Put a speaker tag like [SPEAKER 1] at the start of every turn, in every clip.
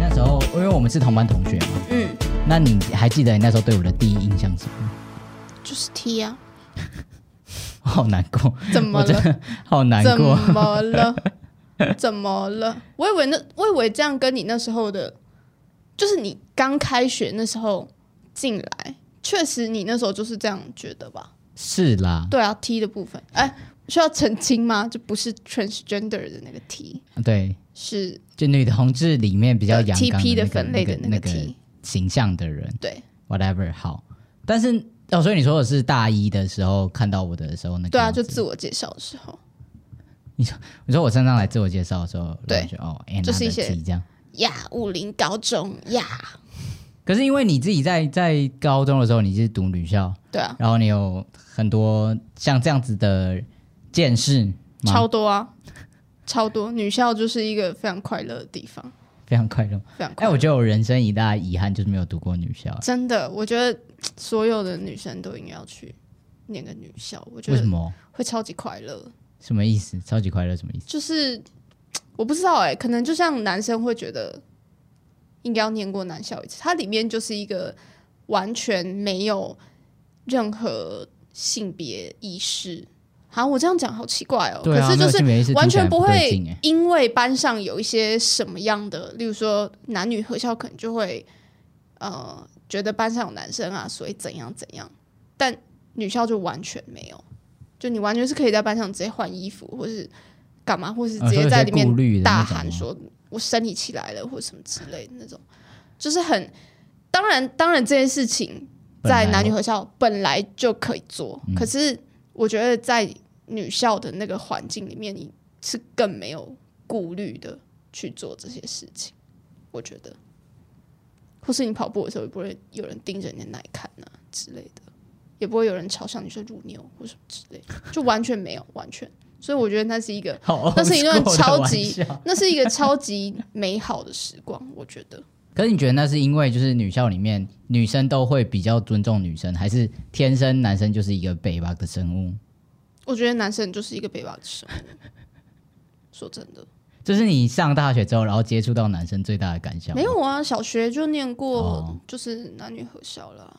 [SPEAKER 1] 那时候因为我们是同班同学嘛，
[SPEAKER 2] 嗯，
[SPEAKER 1] 那你还记得你那时候对我的第一印象是什么？
[SPEAKER 2] 就是 T 啊，
[SPEAKER 1] 我好难过，
[SPEAKER 2] 怎么
[SPEAKER 1] 我真
[SPEAKER 2] 了？
[SPEAKER 1] 的好难
[SPEAKER 2] 怎
[SPEAKER 1] 过。
[SPEAKER 2] 么了？怎么了？我以为那，我以为这样跟你那时候的，就是你刚开学那时候进来，确实你那时候就是这样觉得吧？
[SPEAKER 1] 是啦，
[SPEAKER 2] 对啊，T 的部分，哎，需要澄清吗？就不是 transgender 的那个 T，
[SPEAKER 1] 对，
[SPEAKER 2] 是
[SPEAKER 1] 就女同志里面比较阳刚
[SPEAKER 2] TP
[SPEAKER 1] 那
[SPEAKER 2] 的
[SPEAKER 1] 个
[SPEAKER 2] 分类的
[SPEAKER 1] 那
[SPEAKER 2] 那
[SPEAKER 1] 个那
[SPEAKER 2] 个
[SPEAKER 1] 个
[SPEAKER 2] T
[SPEAKER 1] 形象的人
[SPEAKER 2] 对
[SPEAKER 1] ，whatever 好。但是哦，所以你说我是大一的时候看到我的时候，那个
[SPEAKER 2] 对啊，
[SPEAKER 1] 样
[SPEAKER 2] 就
[SPEAKER 1] 子
[SPEAKER 2] 自我介绍的时候
[SPEAKER 1] 你说我站上来自我介绍的时候，
[SPEAKER 2] 对
[SPEAKER 1] 然后就哦，Anna
[SPEAKER 2] 就是一
[SPEAKER 1] 的
[SPEAKER 2] 些
[SPEAKER 1] T 这样。
[SPEAKER 2] 呀，武林高中呀，
[SPEAKER 1] 可是因为你自己在在高中的时候你是读女校，
[SPEAKER 2] 对啊，
[SPEAKER 1] 然后你有很多像这样子的见识吗，
[SPEAKER 2] 超多啊，超多，女校就是一个非常快乐的地方，
[SPEAKER 1] 非常快乐。
[SPEAKER 2] 非常
[SPEAKER 1] 哎，
[SPEAKER 2] 快乐。
[SPEAKER 1] 我觉得我人生一大遗憾就是没有读过女校。
[SPEAKER 2] 真的，我觉得所有的女生都应该要去念个女校，我觉
[SPEAKER 1] 为什
[SPEAKER 2] 得
[SPEAKER 1] 么？
[SPEAKER 2] 会超级快乐。
[SPEAKER 1] 什么意思？超级快乐什么意思？
[SPEAKER 2] 就是我不知道哎、可能就像男生会觉得应该要念过男校一次，它里面就是一个完全没有任何性别意识。好，我这样讲好奇怪哦、
[SPEAKER 1] 对啊，没
[SPEAKER 2] 可是就
[SPEAKER 1] 有
[SPEAKER 2] 是
[SPEAKER 1] 性别意识听
[SPEAKER 2] 完
[SPEAKER 1] 起来
[SPEAKER 2] 全不
[SPEAKER 1] 对
[SPEAKER 2] 会
[SPEAKER 1] 劲哎
[SPEAKER 2] 因为班上有一些什么样的，例如说男女合校，可能就会呃觉得班上有男生啊，所以怎样怎样，但女校就完全没有，就你完全是可以在班上直接换衣服，或是干嘛，或是
[SPEAKER 1] 啊所
[SPEAKER 2] 直
[SPEAKER 1] 以
[SPEAKER 2] 接
[SPEAKER 1] 是
[SPEAKER 2] 在里
[SPEAKER 1] 顾虑
[SPEAKER 2] 面
[SPEAKER 1] 的那
[SPEAKER 2] 大
[SPEAKER 1] 种
[SPEAKER 2] 喊
[SPEAKER 1] 吗
[SPEAKER 2] 说“我生理期来了”或什么之类的那种，就是很当然当然这件事情
[SPEAKER 1] 本来
[SPEAKER 2] 在男女合校本来就可以做，
[SPEAKER 1] 嗯
[SPEAKER 2] 可是我觉得在女校的那个环境里面，你是更没有顾虑的去做这些事情。我觉得，或是你跑步的时候，也不会有人盯着你的奶看啊之类的，也不会有人嘲笑你是乳牛或什么之类的，就完全没有，完全。所以我觉得那是一个，
[SPEAKER 1] 好
[SPEAKER 2] 那是一段
[SPEAKER 1] old school 的
[SPEAKER 2] 超
[SPEAKER 1] 玩
[SPEAKER 2] 级
[SPEAKER 1] 笑
[SPEAKER 2] 那是一个超级美好的时光。我觉得
[SPEAKER 1] 可是你觉得那是因为就是女校里面女生都会比较尊重女生，还是天生男生就是一个北吧的生物？
[SPEAKER 2] 我觉得男生就是一个被霸的生物。说真的，
[SPEAKER 1] 就是你上大学之后，然后接触到男生最大的感想吗
[SPEAKER 2] 没。有啊，小学就念过
[SPEAKER 1] 哦，
[SPEAKER 2] 就是男女合校啦。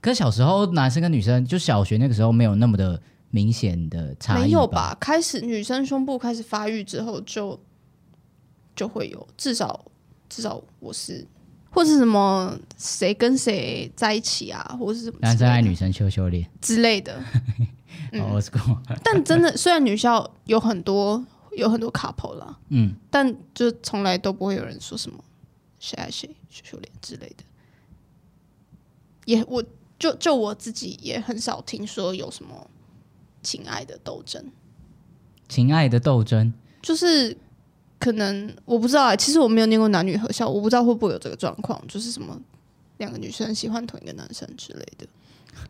[SPEAKER 1] 可是小时候男生跟女生，就小学那个时候没有那么的明显的差异，
[SPEAKER 2] 没有
[SPEAKER 1] 吧？
[SPEAKER 2] 吧？开始女生胸部开始发育之后就，就会有，至少至少我是，或是什么谁跟谁在一起啊，或是什么之类的
[SPEAKER 1] 男生爱女生羞羞脸，
[SPEAKER 2] 之类的。嗯
[SPEAKER 1] 哦，我 c o
[SPEAKER 2] 但真的，虽然女校有很多有很多 couple 啦，
[SPEAKER 1] 嗯，
[SPEAKER 2] 但就从来都不会有人说什么谁爱谁、羞羞脸之类的。也我就就我自己也很少听说有什么情爱的斗争，
[SPEAKER 1] 情爱的斗争，
[SPEAKER 2] 就是可能我不知道啊、其实我没有念过男女合校，我不知道会不会有这个状况，就是什么两个女生喜欢同一个男生之类的，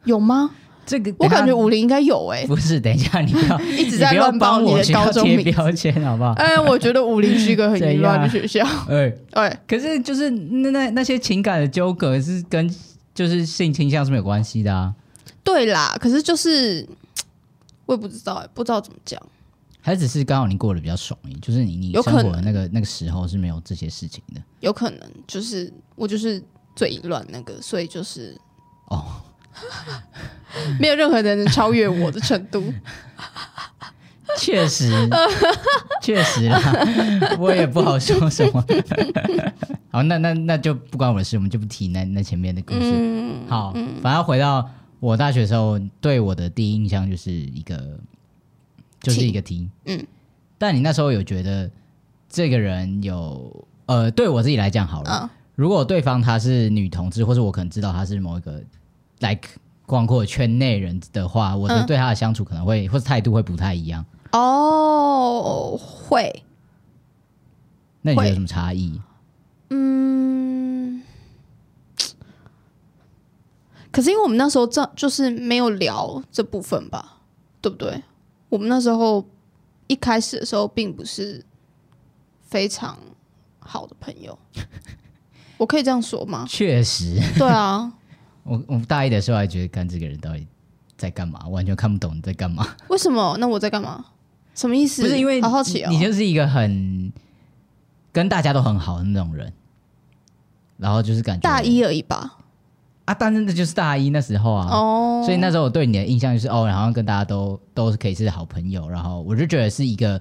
[SPEAKER 2] 有吗？
[SPEAKER 1] 这个
[SPEAKER 2] 我感
[SPEAKER 1] 等
[SPEAKER 2] 觉
[SPEAKER 1] 一
[SPEAKER 2] 武林应该有哎、
[SPEAKER 1] 下 不是。等一下，你不要
[SPEAKER 2] 一直
[SPEAKER 1] 你
[SPEAKER 2] 在
[SPEAKER 1] 不要
[SPEAKER 2] 乱报
[SPEAKER 1] 帮
[SPEAKER 2] 你
[SPEAKER 1] 我
[SPEAKER 2] 的
[SPEAKER 1] 学
[SPEAKER 2] 高
[SPEAKER 1] 校
[SPEAKER 2] 中
[SPEAKER 1] 贴
[SPEAKER 2] 名。
[SPEAKER 1] 标签，好 不好？
[SPEAKER 2] 哎，我觉得武林是 一个很淫乱的学校。
[SPEAKER 1] 哎，
[SPEAKER 2] 哎，
[SPEAKER 1] 可是就是那那那些情感的纠葛是跟就是性倾向是没有关系的啊，
[SPEAKER 2] 对啦，可是就是我也不知道、欸，不知道怎么讲。
[SPEAKER 1] 还只是刚好你过得比较爽而已，就是你你
[SPEAKER 2] 有
[SPEAKER 1] 生
[SPEAKER 2] 可能
[SPEAKER 1] 活的那个那个时候是没有这些事情的
[SPEAKER 2] 有可能就是我就是最淫乱那个，所以就是
[SPEAKER 1] 哦。
[SPEAKER 2] 没有任何人能超越我的程度。
[SPEAKER 1] 确 实，确实啦，我也不好说什么。 好，那那那就不关我的事，我们就不提那那前面的故事。
[SPEAKER 2] 嗯，
[SPEAKER 1] 好，反正回到我大学的时候，对我的第一印象就是一个，就是一个 T。
[SPEAKER 2] 嗯，
[SPEAKER 1] 但你那时候有觉得这个人有呃，对我自己来讲好了，
[SPEAKER 2] 啊
[SPEAKER 1] 如果对方她是女同志，或者我可能知道她是某一个 like 广阔圈内人的话，我的
[SPEAKER 2] 嗯
[SPEAKER 1] 对她的相处可能会、或是态度会不太一样。
[SPEAKER 2] 哦，会，
[SPEAKER 1] 那你觉得
[SPEAKER 2] 会
[SPEAKER 1] 有什么差异？
[SPEAKER 2] 嗯。可是因为我们那时候这就是没有聊这部分吧，对不对？我们那时候一开始的时候并不是非常好的朋 友，我可以这样说吗？
[SPEAKER 1] 确实，
[SPEAKER 2] 对啊，
[SPEAKER 1] 我我大一的时候还觉得，看这个人到底在干嘛，完全看不懂你在干嘛。
[SPEAKER 2] 为什么？那我在干嘛？什么意思？
[SPEAKER 1] 不是因为
[SPEAKER 2] 好好奇哦，
[SPEAKER 1] 你你就是一个很跟大家都很好的那种人，然后就是感觉
[SPEAKER 2] 大一而已吧？
[SPEAKER 1] 啊，但是那就是大一那时候啊，
[SPEAKER 2] 哦，
[SPEAKER 1] 所以那时候我对你的印象就是哦，然后跟大家都都是可以是好朋友，然后我就觉得是一个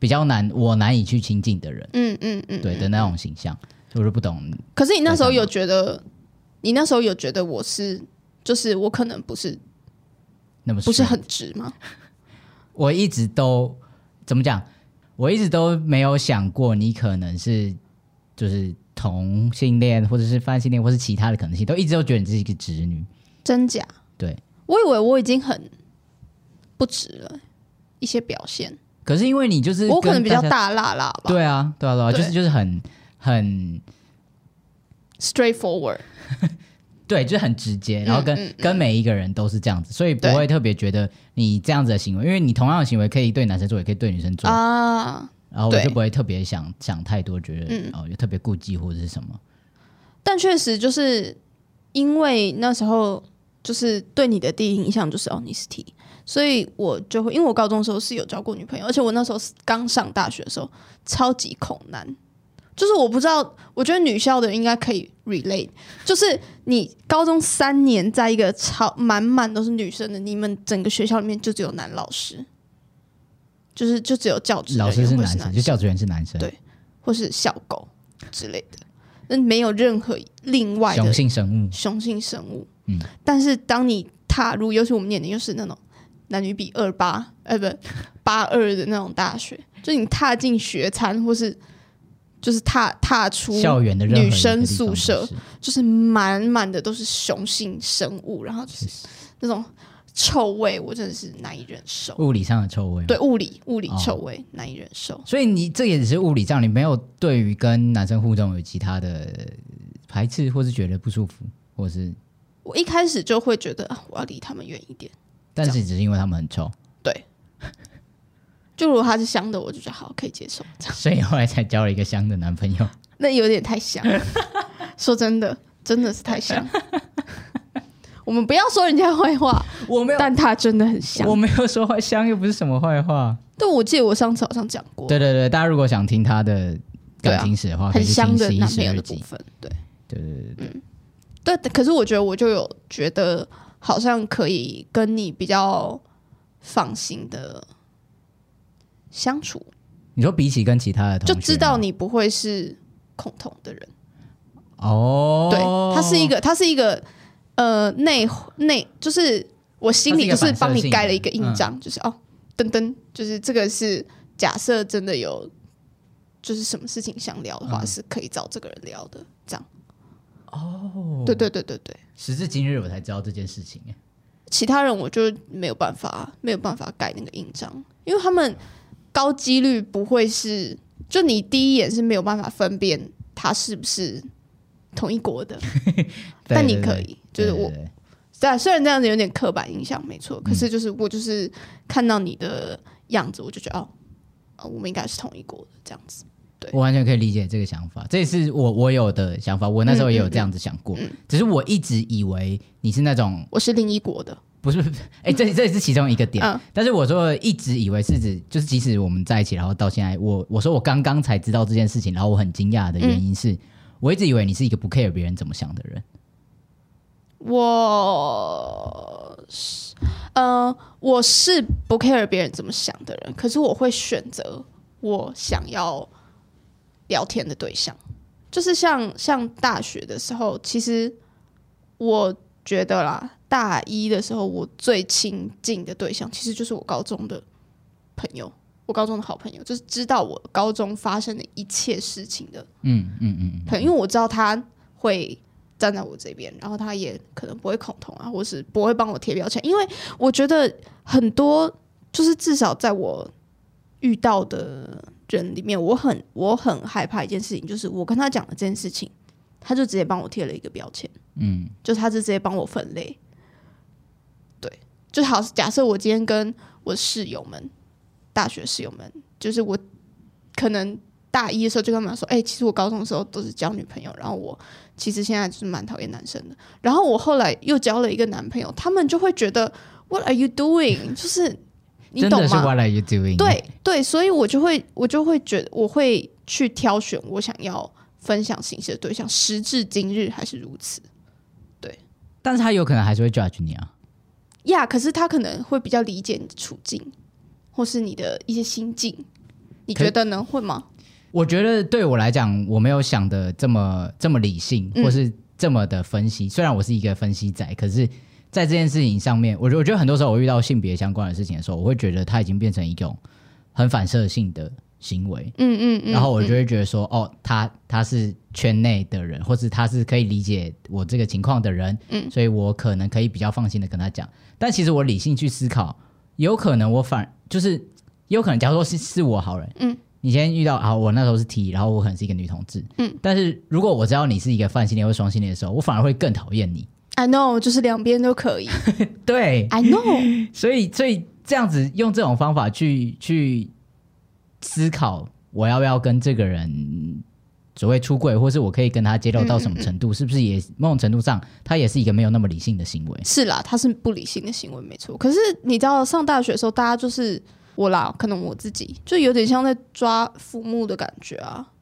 [SPEAKER 1] 比较难我难以去亲近的人，
[SPEAKER 2] 嗯嗯嗯，
[SPEAKER 1] 对的那种形象，所以我就不懂。
[SPEAKER 2] 可是你那时候有觉得，你那时候有觉得我是，就是我可能不是
[SPEAKER 1] 那么
[SPEAKER 2] 不是
[SPEAKER 1] 顺
[SPEAKER 2] 很直吗？
[SPEAKER 1] 我一直都怎么讲？我一直都没有想过你可能是就是同性恋，或者是泛性恋，或是其他的可能性，都一直都觉得你自己是一个直女。
[SPEAKER 2] 真假？
[SPEAKER 1] 对，
[SPEAKER 2] 我以为我已经很不直了，一些表现，
[SPEAKER 1] 可是因为你就是
[SPEAKER 2] 我可
[SPEAKER 1] 跟
[SPEAKER 2] 能比较
[SPEAKER 1] 家，
[SPEAKER 2] 大辣辣吧
[SPEAKER 1] 对啊，对啊，对啊，
[SPEAKER 2] 对
[SPEAKER 1] 就是就是很很
[SPEAKER 2] ，straightforward。
[SPEAKER 1] 对，就是很直
[SPEAKER 2] 嗯
[SPEAKER 1] 接，然后跟、跟每一个人都是这样子，所以不
[SPEAKER 2] 对
[SPEAKER 1] 会特别觉得你这样子的行为，因为你同样的行为可以对男生做，也可以对女生做，
[SPEAKER 2] 啊，
[SPEAKER 1] 然后我就
[SPEAKER 2] 对嗯
[SPEAKER 1] 不会特别想想太多，觉得、哦有特别顾忌或者是什么。
[SPEAKER 2] 但确实就是因为那时候就是对你的第一印象就是哦你是 T，所以我就会因为我高中的时候是有交过女朋友，而且我那时候是刚上大学的时候超级恐男，就是我不知道，我觉得女校的应该可以 relate，就是你高中三年在一个超满满都是女生的，你们整个学校里面就只有男老师。就是就只有教职人
[SPEAKER 1] 老师
[SPEAKER 2] 员
[SPEAKER 1] 是
[SPEAKER 2] 会
[SPEAKER 1] 男
[SPEAKER 2] 是
[SPEAKER 1] 生，就教职员是男生，
[SPEAKER 2] 对或是小狗之类的，那没有任何另外
[SPEAKER 1] 雄
[SPEAKER 2] 的
[SPEAKER 1] 性生物。
[SPEAKER 2] 雄性生物。
[SPEAKER 1] 嗯
[SPEAKER 2] 但是当你踏入，尤其我们念的又是那种男女比二八，呃，不八二的那种大学，就你踏进学餐或是就是踏踏出
[SPEAKER 1] 校园的任何一个
[SPEAKER 2] 女生
[SPEAKER 1] 地方
[SPEAKER 2] 宿
[SPEAKER 1] 都
[SPEAKER 2] 舍
[SPEAKER 1] 是，
[SPEAKER 2] 就是满满的都是雄性生物，然后就是那种臭味，我真的是难以忍受。
[SPEAKER 1] 物理上的臭味。
[SPEAKER 2] 对，，物理物理
[SPEAKER 1] 哦
[SPEAKER 2] 臭味、难以忍受。
[SPEAKER 1] 所以你这也只是物理上，你没有对于跟男生互动有其他的排斥，或是觉得不舒服，或是，
[SPEAKER 2] 我一开始就会觉得啊，我要离他们远一点。
[SPEAKER 1] 但是只是因为他们很臭，
[SPEAKER 2] 就如果它是香的，我就觉得好可以接受。
[SPEAKER 1] 所以后来才交了一个香的男朋友。
[SPEAKER 2] 那有点 太香了，说真的，真的是太香。 我们不要说人家坏话，
[SPEAKER 1] 我没
[SPEAKER 2] 但它真的很香
[SPEAKER 1] 我。没有说坏香，又不是什么坏话。
[SPEAKER 2] 但我记得我上次好像讲过，
[SPEAKER 1] 对对对，大家如果想听他的感情史的话，可
[SPEAKER 2] 很
[SPEAKER 1] 以去
[SPEAKER 2] 香
[SPEAKER 1] 听
[SPEAKER 2] 的
[SPEAKER 1] 十一、
[SPEAKER 2] 男
[SPEAKER 1] 十
[SPEAKER 2] 朋友
[SPEAKER 1] 二
[SPEAKER 2] 的部
[SPEAKER 1] 集。
[SPEAKER 2] 分，对
[SPEAKER 1] 对对对对，
[SPEAKER 2] 对。可是我觉得我就有觉得好像可以跟你比较放心的相处，
[SPEAKER 1] 你说比起跟其他的同
[SPEAKER 2] 就
[SPEAKER 1] 学，啊
[SPEAKER 2] 知道你不会是恐同的人。
[SPEAKER 1] 哦，
[SPEAKER 2] 对，它是一个，它是一个呃内内，就是我心里就是帮你盖了一个
[SPEAKER 1] 嗯
[SPEAKER 2] 印章，就是哦，噔噔，就是这个是假设真的有，就是什么事情想聊的话，
[SPEAKER 1] 嗯
[SPEAKER 2] 是可以找这个人聊的，这样。哦，对对对对对，
[SPEAKER 1] 时至今日我才知道这件事情。哎
[SPEAKER 2] 其他人我就没有办法，没有办法盖那个印章，因为他们高几率不会是，就你第一眼是没有办法分辨他是不是同一国的，但你可，以，
[SPEAKER 1] 对
[SPEAKER 2] 就
[SPEAKER 1] 对
[SPEAKER 2] 是
[SPEAKER 1] 对
[SPEAKER 2] 我
[SPEAKER 1] 对对对
[SPEAKER 2] 对啊，虽然这样子有点刻板印象，没错，可是就是我就是看到你的样子，我就觉得哦，啊我们应该是同一国的这样子。对
[SPEAKER 1] 我完全可以理解这个想法，这也是我我有的想法。我那时候也有这样子想
[SPEAKER 2] 嗯
[SPEAKER 1] 过，只是我一直以为你是那种
[SPEAKER 2] 我是另一国的，
[SPEAKER 1] 不是，不是哎、这这也是其中一个点。
[SPEAKER 2] 嗯
[SPEAKER 1] 但是我说一直以为是指，就是即使我们在一起，然后到现在，我我说我刚刚才知道这件事情，然后我很惊讶的原因
[SPEAKER 2] 嗯
[SPEAKER 1] 是、我一直以为你是一个不 care 别人怎么想的人。
[SPEAKER 2] 我是呃，我是不 care 别人怎么想的人，可是我会选择我想要聊天的对象，就是像像大学的时候，其实我觉得啦，大一的时候我最亲近的对象，其实就是我高中的朋友，我高中的好朋友，就是知道我高中发生的一切事情的
[SPEAKER 1] 嗯嗯嗯
[SPEAKER 2] 朋友，因为我知道他会站在我这边，然后他也可能不会恐同啊，或是不会帮我贴标签，因为我觉得很多就是至少在我遇到的人里面，我很我很害怕一件事情，就是我跟他讲了这件事情，他就直接帮我贴了一个标签，
[SPEAKER 1] 嗯，
[SPEAKER 2] 就是他就直接帮我分类。对，就好，假设我今天跟我室友们，大学室友们，就是我可能大一的时候就跟他们说，哎、其实我高中的时候都是交女朋友，然后我其实现在就是蛮讨厌男生的，然后我后来又交了一个男朋友，他们就会觉得 What are you doing？就是你
[SPEAKER 1] 真
[SPEAKER 2] 懂
[SPEAKER 1] 的是
[SPEAKER 2] 吗？
[SPEAKER 1] What are you doing？
[SPEAKER 2] 对对，所以我就会我就会觉得我会去挑选我想要分享形式的对象，时至今日还是如此。
[SPEAKER 1] 但是他有可能还是会 judge 你啊。
[SPEAKER 2] 呀可是他可能会比较理解你的处境，或是你的一些心境，你
[SPEAKER 1] 可
[SPEAKER 2] 觉得呢？会吗？
[SPEAKER 1] 我觉得对我来讲，我没有想的这么这么理性，
[SPEAKER 2] 嗯
[SPEAKER 1] 或是这么的分析。虽然我是一个分析仔，可是，在这件事情上面，我觉得我觉得很多时候我遇到性别相关的事情的时候，我会觉得它已经变成一种很反射性的行为。
[SPEAKER 2] 嗯嗯嗯。
[SPEAKER 1] 然后我就会觉得说，哦，他他是圈内的人，或是他是可以理解我这个情况的人，嗯，所以我可能可以比较放心的跟他讲。但其实我理性去思考，有可能我反就是也有可能，假如说是是我好人，
[SPEAKER 2] 嗯，
[SPEAKER 1] 你先遇到啊，我那时候是 T，然后我可能是一个女同志，
[SPEAKER 2] 嗯，
[SPEAKER 1] 但是如果我知道你是一个泛性恋或双性恋的时候，我反而会更讨厌你。
[SPEAKER 2] I know，就是两边都 可以。
[SPEAKER 1] 对，
[SPEAKER 2] I know，
[SPEAKER 1] 所以所以这样子用这种方法去去思考，我要不要跟这个人所谓出柜，或是我可以跟他揭露到什么
[SPEAKER 2] 嗯
[SPEAKER 1] 程度，是不是也某种程度上，他也是一个没有那么理性的行为？
[SPEAKER 2] 是啦，他是不理性的行为，没错。可是你知道，上大学的时候，大家就是我啦，可能我自己就有点像在抓父母的感觉啊。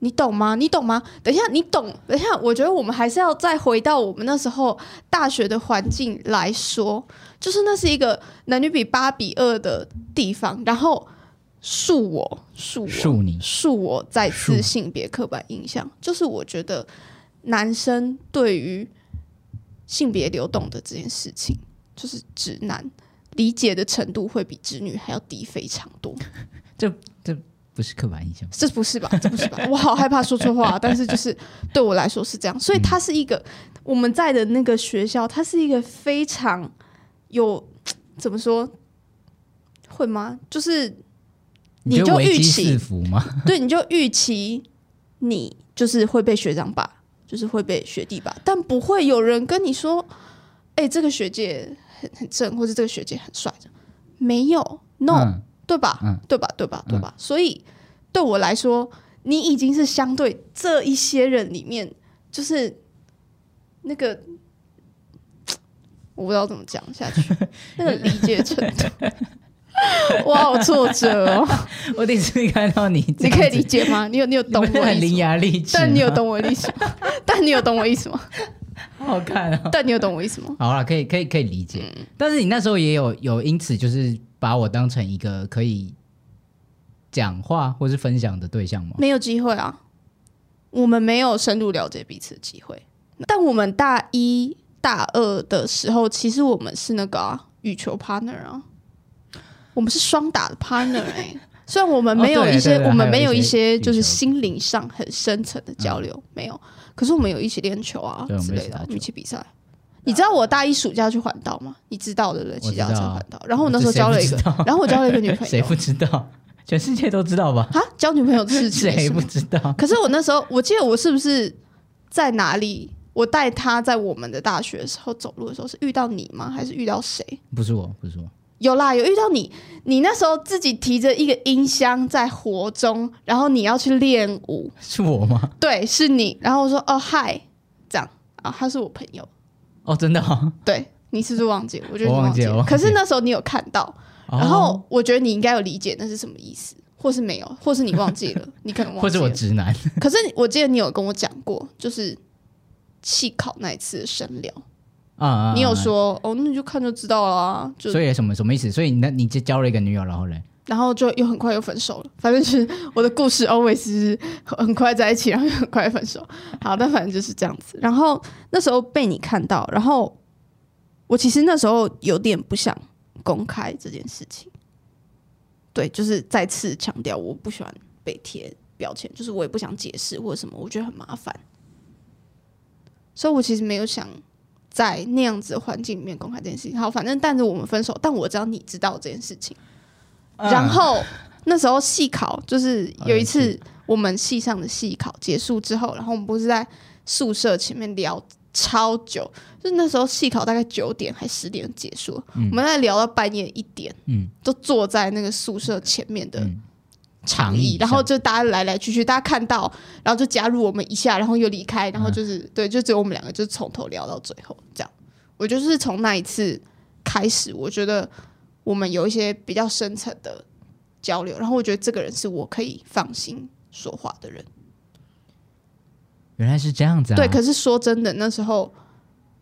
[SPEAKER 2] 你懂吗？你懂吗？等一下，你懂。等一下，我觉得我们还是要再回到我们那时候大学的环境来说，就是那是一个男女比八比二的地方，然后恕我，恕我，
[SPEAKER 1] 恕你
[SPEAKER 2] 恕我再次
[SPEAKER 1] 恕
[SPEAKER 2] 性别刻板印象，就是我觉得男生对于性别流动的这件事情，就是直男理解的程度会比直女还要低非常多。
[SPEAKER 1] 不是刻板印象，
[SPEAKER 2] 这不是吧？这不是吧？我好害怕说错话， 但是就是对我来说是这样。所以它是一个我们在的那个学校，它是一个非常有怎么说会吗？就是你
[SPEAKER 1] 觉得
[SPEAKER 2] 就
[SPEAKER 1] 危
[SPEAKER 2] 预
[SPEAKER 1] 机
[SPEAKER 2] 期
[SPEAKER 1] 四伏吗？
[SPEAKER 2] 对，你就预期你就是会被学长吧，就是会被学弟吧，但不会有人跟你说，哎、这个学姐很很正，或者这个学姐很帅这样没有，no，、
[SPEAKER 1] 嗯
[SPEAKER 2] 对吧？
[SPEAKER 1] 嗯
[SPEAKER 2] 对吧？对吧？对吧？所以对我来说，你已经是相对这一些人里面，就是那个。我不知道怎么讲下去，那个理解程 度，我好挫折哦。
[SPEAKER 1] 我第一次看到你，
[SPEAKER 2] 你可以理，解吗？你有你有懂
[SPEAKER 1] 你不是
[SPEAKER 2] 我的
[SPEAKER 1] 很
[SPEAKER 2] 意
[SPEAKER 1] 伶
[SPEAKER 2] 思吗？
[SPEAKER 1] 牙俐齿，
[SPEAKER 2] 但你有，懂我的意思吗？ 但你有懂我意思吗？
[SPEAKER 1] 好好看哦。
[SPEAKER 2] 但你有懂我意思吗？
[SPEAKER 1] 好了，可以可以可以理解，
[SPEAKER 2] 嗯
[SPEAKER 1] 但是你那时候也有有因此就是把我当成一个可以讲话或是分享的对象吗？
[SPEAKER 2] 没有机会啊，我们没有深入了解彼此的机会。但我们大一、大二的时候，其实我们是那个、啊、羽球 partner 啊，我们是双打的 partner 哎、 虽然我们没
[SPEAKER 1] 哦
[SPEAKER 2] 有
[SPEAKER 1] 对
[SPEAKER 2] 一些，
[SPEAKER 1] 对对
[SPEAKER 2] 我们
[SPEAKER 1] 还有
[SPEAKER 2] 没有
[SPEAKER 1] 一
[SPEAKER 2] 一
[SPEAKER 1] 些
[SPEAKER 2] 些就是
[SPEAKER 1] 羽球嗯
[SPEAKER 2] 心灵上很深层的交流，没有。可是我们有一起练球啊
[SPEAKER 1] 对我们
[SPEAKER 2] 之
[SPEAKER 1] 一
[SPEAKER 2] 类
[SPEAKER 1] 起
[SPEAKER 2] 的
[SPEAKER 1] 打
[SPEAKER 2] 啊，
[SPEAKER 1] 球
[SPEAKER 2] 我们一起比赛。你知道我大一暑假去环岛吗？你知道对不对？
[SPEAKER 1] 我
[SPEAKER 2] 骑
[SPEAKER 1] 知道啊
[SPEAKER 2] 脚踏车环岛。然后我那时候交了一个
[SPEAKER 1] 谁不知道，
[SPEAKER 2] 然后我交了一个女朋
[SPEAKER 1] 谁
[SPEAKER 2] 友
[SPEAKER 1] 不知道？ 全世界都知道吧？
[SPEAKER 2] 啊，交女朋友的事情
[SPEAKER 1] 谁
[SPEAKER 2] 是
[SPEAKER 1] 不
[SPEAKER 2] 吗
[SPEAKER 1] 知道？
[SPEAKER 2] 可是我那时候，我记得我是不是在哪里？我带她在我们的大学的时候走路的时候，是遇到你吗？还是遇到谁？
[SPEAKER 1] 不是我，不是我，
[SPEAKER 2] 有啦，有遇到你。你那时候自己提着一个音箱在活中，然后你要去练舞，
[SPEAKER 1] 是我吗？
[SPEAKER 2] 对，是你。然后我说哦嗨，这样啊，他是我朋友。
[SPEAKER 1] 哦，真的、哦。
[SPEAKER 2] 对你是不是忘记了？我觉得你
[SPEAKER 1] 我忘记了
[SPEAKER 2] 了。
[SPEAKER 1] 我忘记
[SPEAKER 2] 可
[SPEAKER 1] 了
[SPEAKER 2] 是那时候你有看到， 然
[SPEAKER 1] 哦
[SPEAKER 2] 后我觉得你应该有理解那是什么意思，或是没有，或是你忘记了，你可能忘
[SPEAKER 1] 哦或
[SPEAKER 2] 记
[SPEAKER 1] 者我
[SPEAKER 2] 了。
[SPEAKER 1] 直男，
[SPEAKER 2] 可是我记得你有跟我讲过，就是弃考那一次的深聊，
[SPEAKER 1] 啊啊啊
[SPEAKER 2] 你有说哦，那你就看就知道了啊，就
[SPEAKER 1] 所以什么什么意思？所以那你就交了一个女友，然后嘞，
[SPEAKER 2] 然后就又很快又分手了。反正就是 我的故事 always 是很快在一起，然后又很快分手。好，但反正就是这样子。然后那时候被你看到，然后我其实那时候有点不想公开这件事情。对，就是再次强调，我不喜欢被贴标签，就是我也不想解释或者什么，我觉得很麻烦。所以我其实没有想在那样子的环境里面公开这件事情。好，反正但是我们分手，但我知道你知道这件事情。
[SPEAKER 1] 嗯
[SPEAKER 2] 嗯然
[SPEAKER 1] 啊
[SPEAKER 2] 后那时候系考就是有一
[SPEAKER 1] 嗯
[SPEAKER 2] 次我们系上的系考结束之后，然后我们不是在宿舍前面聊超久，就是那时候系考大概九点还十点就结束了，我们在聊到半夜一点，
[SPEAKER 1] 嗯
[SPEAKER 2] 都坐在那个宿舍前面的
[SPEAKER 1] 嗯
[SPEAKER 2] 长
[SPEAKER 1] 长椅
[SPEAKER 2] 椅，
[SPEAKER 1] 上
[SPEAKER 2] 然后就大家来来去去，大家看到，然后就加入我们一下，然后又离开，
[SPEAKER 1] 嗯
[SPEAKER 2] 然后就是、对，就只有我们两个就是从头聊到最后这样。我就是从那一次开始，我觉得我们有一些比较深层的交流，然后我觉得这个人是我可以放心说话的人。
[SPEAKER 1] 原来是这样子啊。
[SPEAKER 2] 对，可是说真的，那时候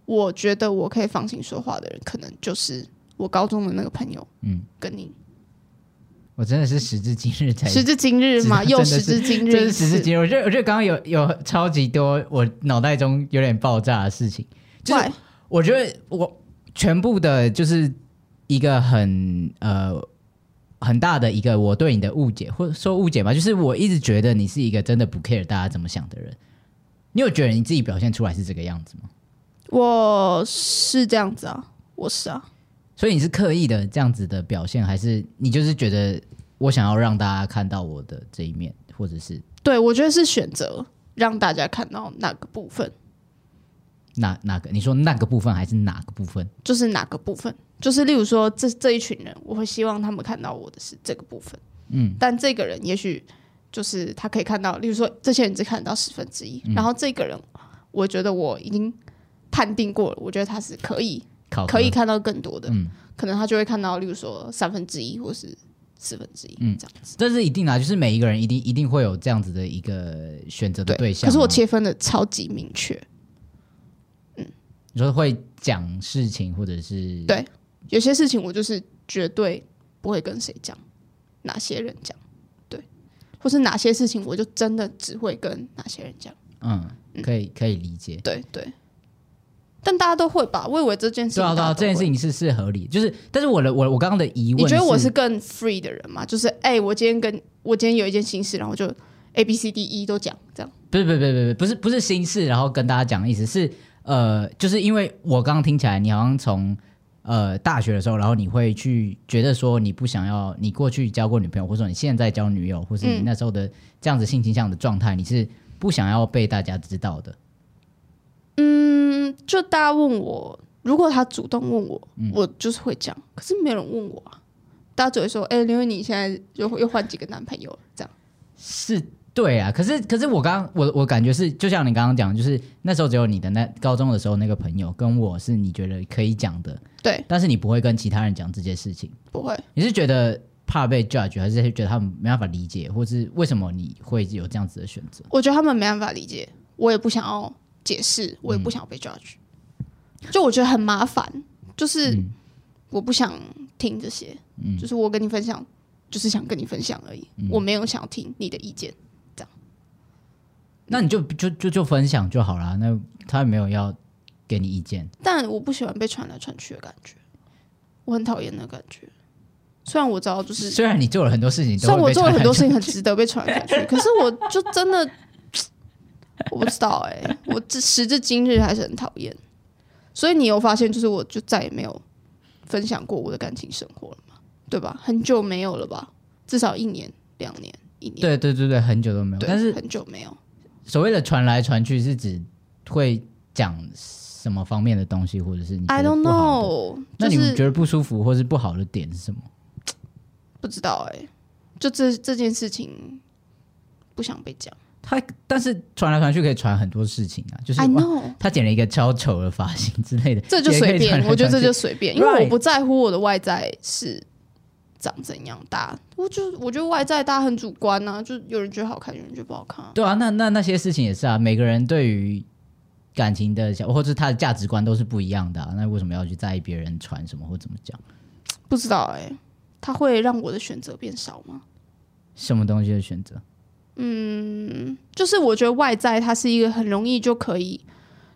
[SPEAKER 2] 我觉得我可以放心说话的人，可能就是我高中的那个朋友，
[SPEAKER 1] 嗯，
[SPEAKER 2] 跟你
[SPEAKER 1] 我真的是时至今日才
[SPEAKER 2] 时至今日嘛，
[SPEAKER 1] 知道
[SPEAKER 2] 又
[SPEAKER 1] 真的
[SPEAKER 2] 时
[SPEAKER 1] 是
[SPEAKER 2] 至今
[SPEAKER 1] 这
[SPEAKER 2] 日
[SPEAKER 1] 是
[SPEAKER 2] 一
[SPEAKER 1] 时至
[SPEAKER 2] 次，
[SPEAKER 1] 今日，我觉得我觉得刚刚有有超级多我脑袋中有点爆炸的事情，就是
[SPEAKER 2] 怪
[SPEAKER 1] 我觉得我全部的就是一个很呃很大的一个我对你的误解，或者说误解吧，就是我一直觉得你是一个真的不 care 大家怎么想的人。你有觉得你自己表现出来是这个样子吗？
[SPEAKER 2] 我是这样子啊，我是啊，
[SPEAKER 1] 所以你是刻意的这样子的表现，还是你就是觉得我想要让大家看到我的这一面，或者是
[SPEAKER 2] 对我觉得是选择让大家看到哪个部分，
[SPEAKER 1] 哪哪个？你说那个部分还是哪个部分？
[SPEAKER 2] 就是哪个部分，就是例如说这这一群人，我会希望他们看到我的是这个部分，嗯，但这个人也许就是他可以看到，例如说这些人只看得到十分之一，
[SPEAKER 1] 嗯
[SPEAKER 2] 然后这个人，我觉得我已经判定过了，我觉得他是可以
[SPEAKER 1] 考核
[SPEAKER 2] 可以看到更多的，
[SPEAKER 1] 嗯
[SPEAKER 2] 可能他就会看到，例如说三分之一或是四分之一，
[SPEAKER 1] 嗯
[SPEAKER 2] 这样子。
[SPEAKER 1] 这是一定的啊，就是每一个人一定一定会有这样子的一个选择的
[SPEAKER 2] 对，
[SPEAKER 1] 对象啊。
[SPEAKER 2] 可是我切分的超级明确，
[SPEAKER 1] 你说会讲事情，或者是
[SPEAKER 2] 对有些事情我就是绝对不会跟谁讲，哪些人讲，对，或是哪些事情我就真的只会跟哪些人讲，
[SPEAKER 1] 嗯，可以可以理解。
[SPEAKER 2] 对对。但大家都会吧？我以为这件事
[SPEAKER 1] 对
[SPEAKER 2] 情
[SPEAKER 1] 啊，对
[SPEAKER 2] 大
[SPEAKER 1] 啊，
[SPEAKER 2] 家都
[SPEAKER 1] 这件
[SPEAKER 2] 会
[SPEAKER 1] 事情是是合理，就是，但是我的我我刚刚的疑问，
[SPEAKER 2] 你觉得我
[SPEAKER 1] 是
[SPEAKER 2] 是更 free 的人吗？就是哎、我今天跟我今天有一件心事，然后我就 A B C D E 都讲这样。
[SPEAKER 1] 不是不是不是不是不是不是心事，然后跟大家讲的意思是，呃，就是因为我刚刚听起来，你好像从呃大学的时候，然后你会去觉得说你不想要，你过去交过女朋友，或者说你现在交女友，或是你
[SPEAKER 2] 嗯
[SPEAKER 1] 那时候的这样子性倾向的状态，你是不想要被大家知道的。
[SPEAKER 2] 嗯，就大家问我，如果他主动问我，
[SPEAKER 1] 嗯
[SPEAKER 2] 我就是会讲。可是没有人问我啊，大家只会说：“哎、刘因为你现在又又换几个男朋友了，这样。
[SPEAKER 1] 是对啊，可是可是我刚刚我我感觉是，就像你刚刚讲的，就是那时候只有你的那高中的时候那个朋友跟我是你觉得可以讲的，”
[SPEAKER 2] 对，
[SPEAKER 1] 但是你不会跟其他人讲这件事情，
[SPEAKER 2] 不会。
[SPEAKER 1] 你是觉得怕被 judge，还是觉得他们没办法理解，或是为什么你会有这样子的选择？
[SPEAKER 2] 我觉得他们没办法理解，我也不想要解释，我也不想要被 judge，、就我觉得很麻烦，就是我不想听这些，就是我跟你分享，就是想跟你分享而已，我没有想要听你的意见。
[SPEAKER 1] 那你就就就就分享就好啦，那他没有要给你意见，
[SPEAKER 2] 但我不喜欢被传来传去的感觉，我很讨厌那个感觉。虽然我知道就是
[SPEAKER 1] 虽然你做了很多事情，
[SPEAKER 2] 虽然我做了很多事
[SPEAKER 1] 情，
[SPEAKER 2] 情很值得被传来传去，可是我就真的我不知道哎、我至时至今日还是很讨厌。所以你有发现，就是我就再也没有分享过我的感情生活了嘛，对吧？很久没有了吧，至少一年、两年、一年，
[SPEAKER 1] 对对对对，很久都没有。
[SPEAKER 2] 对，
[SPEAKER 1] 但是
[SPEAKER 2] 很久没有。
[SPEAKER 1] 所谓的传来传去，是指会讲什么方面的东西，或者是你觉
[SPEAKER 2] I
[SPEAKER 1] 得
[SPEAKER 2] don't
[SPEAKER 1] 不好的
[SPEAKER 2] know，
[SPEAKER 1] 那
[SPEAKER 2] 就
[SPEAKER 1] 你们
[SPEAKER 2] 是
[SPEAKER 1] 觉得不舒服或是不好的点是什么？
[SPEAKER 2] 不知道哎、就这这件事情不想被讲。
[SPEAKER 1] 他但是传来传去可以传很多事情啊，就是
[SPEAKER 2] I
[SPEAKER 1] 哇
[SPEAKER 2] know，
[SPEAKER 1] 他剪了一个超丑的发型之类的，
[SPEAKER 2] 这就
[SPEAKER 1] 也可以
[SPEAKER 2] 随
[SPEAKER 1] 传
[SPEAKER 2] 便，
[SPEAKER 1] 来
[SPEAKER 2] 我觉得这
[SPEAKER 1] 传去
[SPEAKER 2] 就随便，因为
[SPEAKER 1] Right
[SPEAKER 2] 我不在乎我的外在是长怎样大，我就我觉得外在大家很主观呐、就有人觉得好看，有人觉得不好看啊、
[SPEAKER 1] 对啊。那那那些事情也是啊，每个人对于感情的想或者是他的价值观都是不一样的、啊，那为什么要去在意别人传什么或怎么讲？
[SPEAKER 2] 不知道哎、它会让我的选择变少吗？
[SPEAKER 1] 什么东西的选择？
[SPEAKER 2] 就是我觉得外在它是一个很容易就可以，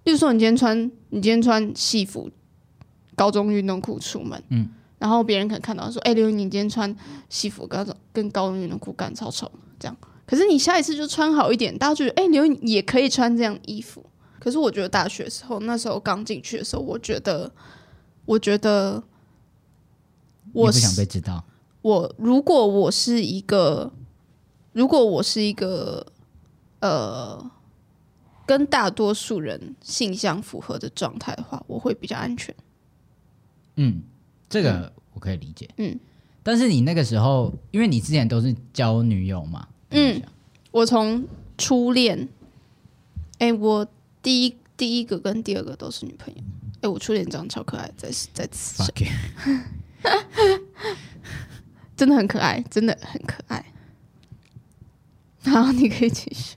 [SPEAKER 2] 例如说你今天穿你今天穿戏服、高中运动裤出门，嗯，然后别人可能看到说，哎、刘你今天穿西服跟跟高中运动裤干超丑，这样。可是你下一次就穿好一点，大家就觉得，哎、刘你也可以穿这样的衣服。可是我觉得大学的时候，那时候刚进去的时候，我觉得，我觉得
[SPEAKER 1] 你
[SPEAKER 2] 我
[SPEAKER 1] 不
[SPEAKER 2] 是
[SPEAKER 1] 想被知道，
[SPEAKER 2] 我如果我是一个，如果我是一个呃，跟大多数人性相符合的状态的话，我会比较安全。
[SPEAKER 1] 嗯，这个我可以理解，
[SPEAKER 2] 嗯。
[SPEAKER 1] 但是你那个时候，因为你之前都是交女友嘛，
[SPEAKER 2] 嗯，我从初恋，哎、我第一第一个跟第二个都是女朋友。哎、我初恋长得超可爱，在在此
[SPEAKER 1] ，fuck you，
[SPEAKER 2] 真的很可爱，真的很可爱。好，你可以继续。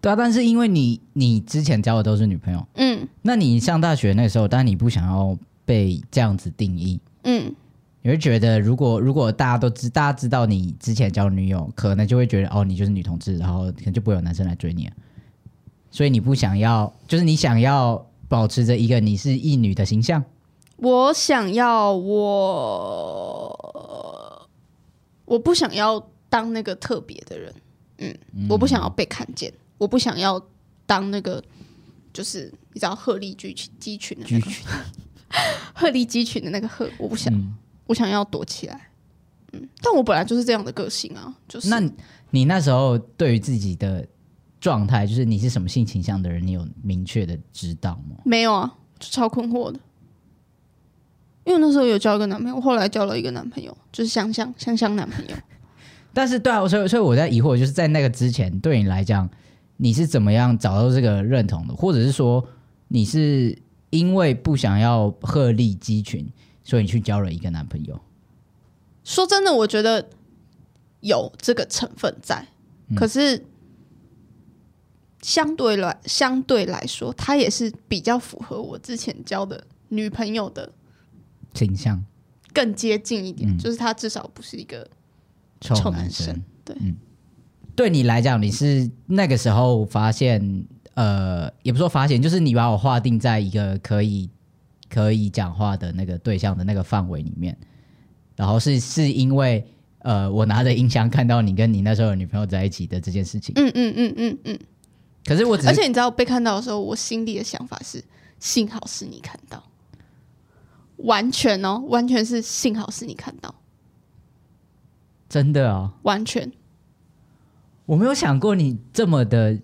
[SPEAKER 1] 对啊，但是因为你你之前交的都是女朋友，
[SPEAKER 2] 嗯
[SPEAKER 1] 那你上大学那时候，但你不想要被这样子定义，
[SPEAKER 2] 嗯，
[SPEAKER 1] 你会觉得如果如果大家都知大家知道你之前交女友，可能就会觉得哦你就是女同志，然后可能就不会有男生来追你了，所以你不想要，就是你想要保持着一个你是一女的形象。
[SPEAKER 2] 我想要我，我不想要当那个特别的人。嗯，我不想要被看见，我不想要当那个就是你知道鹤立鸡群鸡群的嗯那个 鹤立鸡群的那个鹤，我不想，我想要躲起来。嗯，但我本来就是这样的个性啊，就是
[SPEAKER 1] 那你你那时候对于自己的状态，就是你是什么性倾向的人，你有明确的知道吗？
[SPEAKER 2] 没有啊，就超困惑的。因为我那时候有交一个男朋友，后来交了一个男朋友，就是香香香香男朋友。
[SPEAKER 1] 但是对啊，所以所以我在疑惑，就是在那个之前，对你来讲，你是怎么样找到这个认同的，或者是说你是因为不想要鹤立鸡群，所以你去交了一个男朋友？
[SPEAKER 2] 说真的，我觉得有这个成分在，
[SPEAKER 1] 嗯
[SPEAKER 2] 可是相对来相对来说，他也是比较符合我之前交的女朋友的
[SPEAKER 1] 倾向
[SPEAKER 2] 更接近一点，就是他至少不是一个
[SPEAKER 1] 嗯臭
[SPEAKER 2] 臭
[SPEAKER 1] 男
[SPEAKER 2] 男
[SPEAKER 1] 生，
[SPEAKER 2] 生对
[SPEAKER 1] 嗯，对你来讲，你是那个时候发现，呃，也不是说发现，就是你把我划定在一个可以可以讲话的那个对象的那个范围里面，然后是是因为。呃，我拿着音箱看到你跟你那时候的女朋友在一起的这件事情，
[SPEAKER 2] 嗯嗯嗯嗯嗯。
[SPEAKER 1] 可是我只
[SPEAKER 2] 而
[SPEAKER 1] 是
[SPEAKER 2] 且你知道被看到的时候，我心里的想法是：幸好是你看到，完全哦，完全是幸好是你看到，
[SPEAKER 1] 真的哦，
[SPEAKER 2] 完全
[SPEAKER 1] 我没有想过你这么的，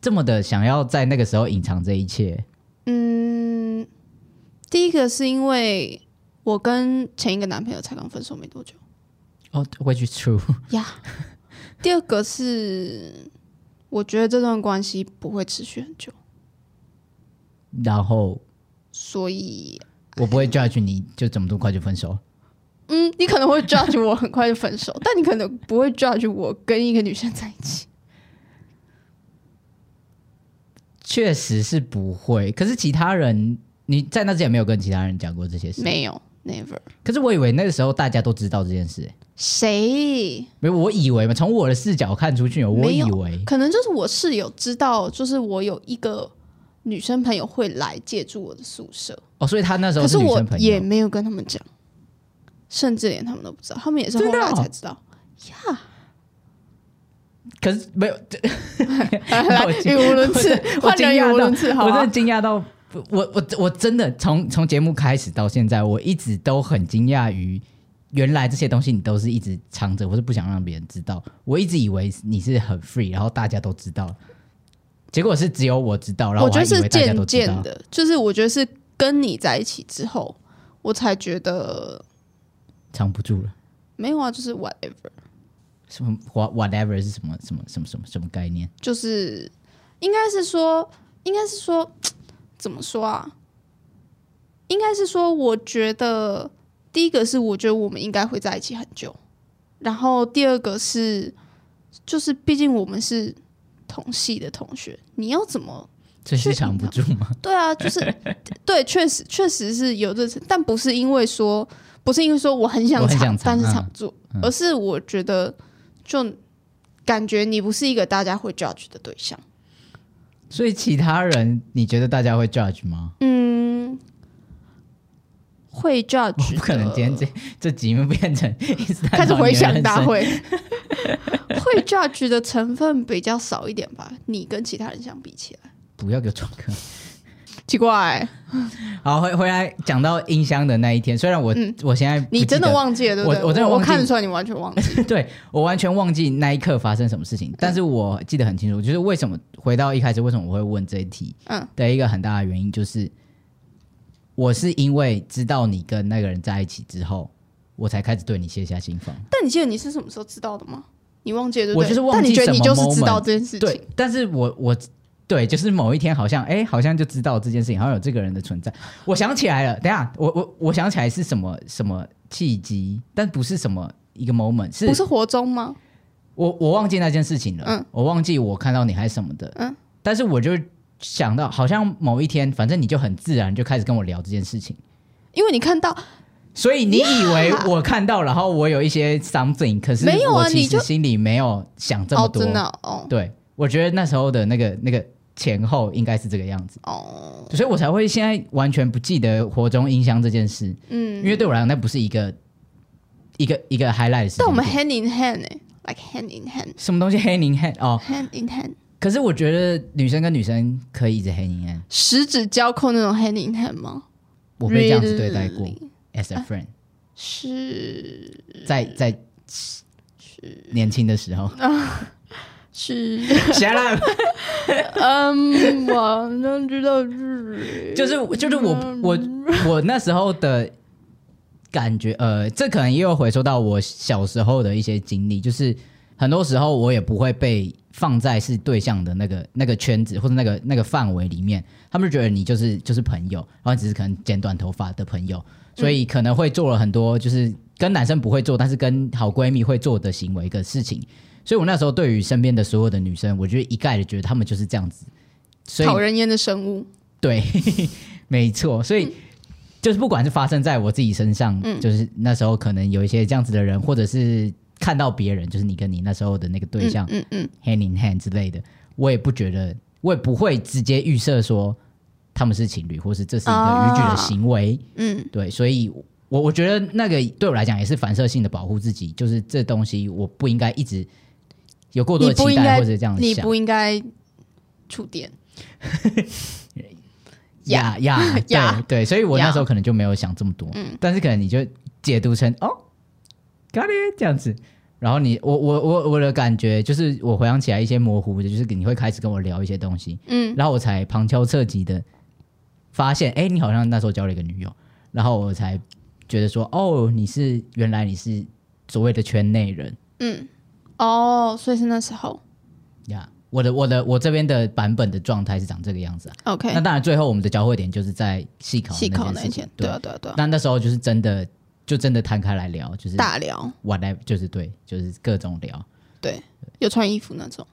[SPEAKER 1] 这么的想要在那个时候隐藏这一切。
[SPEAKER 2] 嗯，第一个是因为我跟前一个男朋友才刚分手没多久
[SPEAKER 1] 哦、w h i c h is true，
[SPEAKER 2] 呀。第二个是我觉得这段关系不会持续很久，
[SPEAKER 1] 然后
[SPEAKER 2] 所以
[SPEAKER 1] 我不会 judge 你，就怎么这么快就分手。
[SPEAKER 2] 嗯，你可能会 judge 我很快就分手，但你可能不会 judge 我跟一个女生在一起。
[SPEAKER 1] 确实是不会，可是其他人你在那之前没有跟其他人讲过这些事。
[SPEAKER 2] 没有，never。
[SPEAKER 1] 可是我以为那个时候大家都知道这件事、
[SPEAKER 2] 谁？
[SPEAKER 1] 没有，我以为嘛，从我的视角看出去，我
[SPEAKER 2] 没
[SPEAKER 1] 以
[SPEAKER 2] 有
[SPEAKER 1] 为
[SPEAKER 2] 可能就是我室友知道，就是我有一个女生朋友会来借住我的宿舍，
[SPEAKER 1] 哦，所以他那时候
[SPEAKER 2] 可是
[SPEAKER 1] 女
[SPEAKER 2] 我
[SPEAKER 1] 生朋
[SPEAKER 2] 也
[SPEAKER 1] 友，
[SPEAKER 2] 没有跟他们讲，甚至连他们都不知道，他们也是后
[SPEAKER 1] 真的
[SPEAKER 2] 来
[SPEAKER 1] 哦
[SPEAKER 2] 才 知道。
[SPEAKER 1] 可是没有，
[SPEAKER 2] 来，
[SPEAKER 1] 我
[SPEAKER 2] 语无伦次，
[SPEAKER 1] 我
[SPEAKER 2] 换
[SPEAKER 1] 惊
[SPEAKER 2] 人语
[SPEAKER 1] 讶
[SPEAKER 2] 无
[SPEAKER 1] 到
[SPEAKER 2] 伦 次，，好啊
[SPEAKER 1] 我真
[SPEAKER 2] 吧
[SPEAKER 1] 的？惊讶到，我我我真的从从节目开始到现在，我一直都很惊讶于，原来这些东西你都是一直藏着，或是不想让别人知道。我一直以为你是很 free，然后大家都知道，结果是只有我知道，然后
[SPEAKER 2] 觉
[SPEAKER 1] 还
[SPEAKER 2] 得
[SPEAKER 1] 以
[SPEAKER 2] 是
[SPEAKER 1] 为大家
[SPEAKER 2] 渐
[SPEAKER 1] 都知
[SPEAKER 2] 渐
[SPEAKER 1] 道。
[SPEAKER 2] 的，就是我觉得是跟你在一起之后，我才觉得
[SPEAKER 1] 藏不住了。
[SPEAKER 2] 没有啊，就是 whatever，
[SPEAKER 1] 什么 what whatever 是什么什么什么什么什么概 念？
[SPEAKER 2] 就是应该是说，应该是说怎么说啊？应该是说，我觉得第一个是我觉得我们应该会在一起很久，然后第二个是就是毕竟我们是同系的同学，你要怎么
[SPEAKER 1] 这是
[SPEAKER 2] 是
[SPEAKER 1] 藏不住吗？
[SPEAKER 2] 对啊，就是 对，确实确实是有这层，但不是因为说不是因为说我很想
[SPEAKER 1] 我很想藏
[SPEAKER 2] 藏，
[SPEAKER 1] 嗯
[SPEAKER 2] 但是藏不住，而是我觉得就感觉你不是一个大家会 judge 的对象。
[SPEAKER 1] 所以其他人，你觉得大家会 judge 吗？
[SPEAKER 2] 嗯，会 judge
[SPEAKER 1] 我不可能
[SPEAKER 2] 的
[SPEAKER 1] 今天这这集会变成一直在
[SPEAKER 2] 开始
[SPEAKER 1] 讨
[SPEAKER 2] 回
[SPEAKER 1] 你的
[SPEAKER 2] 想
[SPEAKER 1] 人
[SPEAKER 2] 大
[SPEAKER 1] 生
[SPEAKER 2] 会， 会 judge 的成分比较少一点吧？你跟其他人相比起来，
[SPEAKER 1] 不要给我装可
[SPEAKER 2] 奇怪、
[SPEAKER 1] 好，回回来讲到音箱的那一天，虽然我、我现在不
[SPEAKER 2] 嗯你
[SPEAKER 1] 记
[SPEAKER 2] 真的
[SPEAKER 1] 得，
[SPEAKER 2] 忘记了对不对？
[SPEAKER 1] 我我真的
[SPEAKER 2] 我
[SPEAKER 1] 忘记
[SPEAKER 2] 看得出来你完全忘 记。
[SPEAKER 1] 对我完全忘记那一刻发生什么事情，但是
[SPEAKER 2] 嗯
[SPEAKER 1] 我记得很清楚，就是为什么回到一开始，为什么我会问这一题
[SPEAKER 2] 嗯
[SPEAKER 1] 的一个很大的原因，就是我是因为知道你跟那个人在一起之后，我才开始对你卸下心防。
[SPEAKER 2] 但你记得你是什么时候知道的吗？你忘记了对不
[SPEAKER 1] 我
[SPEAKER 2] 对？
[SPEAKER 1] 就是忘记
[SPEAKER 2] 但你觉得你
[SPEAKER 1] 什么
[SPEAKER 2] 就是知
[SPEAKER 1] moment
[SPEAKER 2] 道这件事
[SPEAKER 1] 对
[SPEAKER 2] 情，，
[SPEAKER 1] 但是我我对，就是某一天好像哎，好像就知道这件事情，好像有这个人的存在。我想起来了，等一下，我我我想起来是什么什么契机，但不是什么一个 moment，是
[SPEAKER 2] 不是活中吗？
[SPEAKER 1] 我我忘记那件事情了，
[SPEAKER 2] 嗯
[SPEAKER 1] 我忘记我看到你还是什么的，
[SPEAKER 2] 嗯
[SPEAKER 1] 但是我就想到好像某一天，反正你就很自然就开始跟我聊这件事情，
[SPEAKER 2] 因为你看到
[SPEAKER 1] 所以你以为我看到，然后我有一些 something，可是
[SPEAKER 2] 没有啊
[SPEAKER 1] 我其
[SPEAKER 2] 你
[SPEAKER 1] 实
[SPEAKER 2] 就
[SPEAKER 1] 心里没有想这么
[SPEAKER 2] 哦，
[SPEAKER 1] 多，
[SPEAKER 2] 真的哦
[SPEAKER 1] 对，我觉得那时候的那个那个前后应该是这个样子，
[SPEAKER 2] 哦，
[SPEAKER 1] 所以我才会现在完全不记得活中音箱这件事，因
[SPEAKER 2] 嗯。
[SPEAKER 1] 为对我来讲那不是一个一个一个 highlight 的事情。
[SPEAKER 2] 但我们 hand in hand 哎、l i k e hand in hand，hand
[SPEAKER 1] 什么东西黑您黑哦？
[SPEAKER 2] in hand，
[SPEAKER 1] 可是我觉得女生跟女生可以一直黑您黑，
[SPEAKER 2] 十指交扣那种 hand in hand 吗？
[SPEAKER 1] 我被这样子对待过
[SPEAKER 2] Really？啊
[SPEAKER 1] ，as a friend，
[SPEAKER 2] 是
[SPEAKER 1] 在在年轻的时候
[SPEAKER 2] 是，
[SPEAKER 1] ，shut up，
[SPEAKER 2] 嗯，我好像知道是，
[SPEAKER 1] 就是就是我我我那时候的感觉，呃，这可能也有回收到我小时候的一些经历，就是很多时候我也不会被放在是对象的那个那个圈子或者那个那个范围里面，他们就觉得你就是就是朋友，然后你只是可能剪短头发的朋友，所以可能会做了很多就是跟男生不会做，但是跟好闺蜜会做的行为跟事情。所以我那时候对于身边的所有的女生，我就一概的觉得她们就是这样子，所以
[SPEAKER 2] 讨人厌的生物。
[SPEAKER 1] 对， 没错，所
[SPEAKER 2] 嗯
[SPEAKER 1] 以、就是不管是发生在我自己身上，就是那时候可能有一些这样子的人，或者是看到别人，就是你跟你那时候的那个对象、
[SPEAKER 2] 嗯嗯
[SPEAKER 1] hand in hand 之类的，我也不觉得，我也不会直接预设说他们是情侣，或是这是一
[SPEAKER 2] 啊
[SPEAKER 1] 个逾矩的行为。
[SPEAKER 2] 嗯
[SPEAKER 1] 对，所以我我觉得那个对我来讲也是反射性的保护自己，就是这东西我不应该一直有过多
[SPEAKER 2] 嗯，你
[SPEAKER 1] 的
[SPEAKER 2] 不
[SPEAKER 1] 期
[SPEAKER 2] 应该
[SPEAKER 1] 待或者这样
[SPEAKER 2] 你
[SPEAKER 1] 想。
[SPEAKER 2] 不应该触电。
[SPEAKER 1] 呀呀
[SPEAKER 2] 呀
[SPEAKER 1] 对对，所以我那
[SPEAKER 2] 呀
[SPEAKER 1] 时候可能就没有想这么多，
[SPEAKER 2] 嗯
[SPEAKER 1] 但是可能你就解读成哦，got it 这样子，然后你我我我我的感觉就是我回想起来一些模糊的，就是你会开始跟我聊一些东西，
[SPEAKER 2] 嗯，
[SPEAKER 1] 然后我才旁敲侧击的发现，哎，你好像那时候交了一个女友，然后我才觉得说，哦，你是原来你是所谓的圈内人
[SPEAKER 2] 嗯哦，所以是那时候。
[SPEAKER 1] 呀。我的我的我这边的版本的状态是长这个样子啊，
[SPEAKER 2] OK，
[SPEAKER 1] 那当然最后我们的交汇点就是在细考
[SPEAKER 2] 细考那一
[SPEAKER 1] 事
[SPEAKER 2] 天
[SPEAKER 1] 情，，
[SPEAKER 2] 对啊对啊对啊，
[SPEAKER 1] 那那时候就是真的，就真的摊开来聊，就是
[SPEAKER 2] 大聊，
[SPEAKER 1] whatever，就是对，就是各种聊，
[SPEAKER 2] 对，有穿衣服 那种，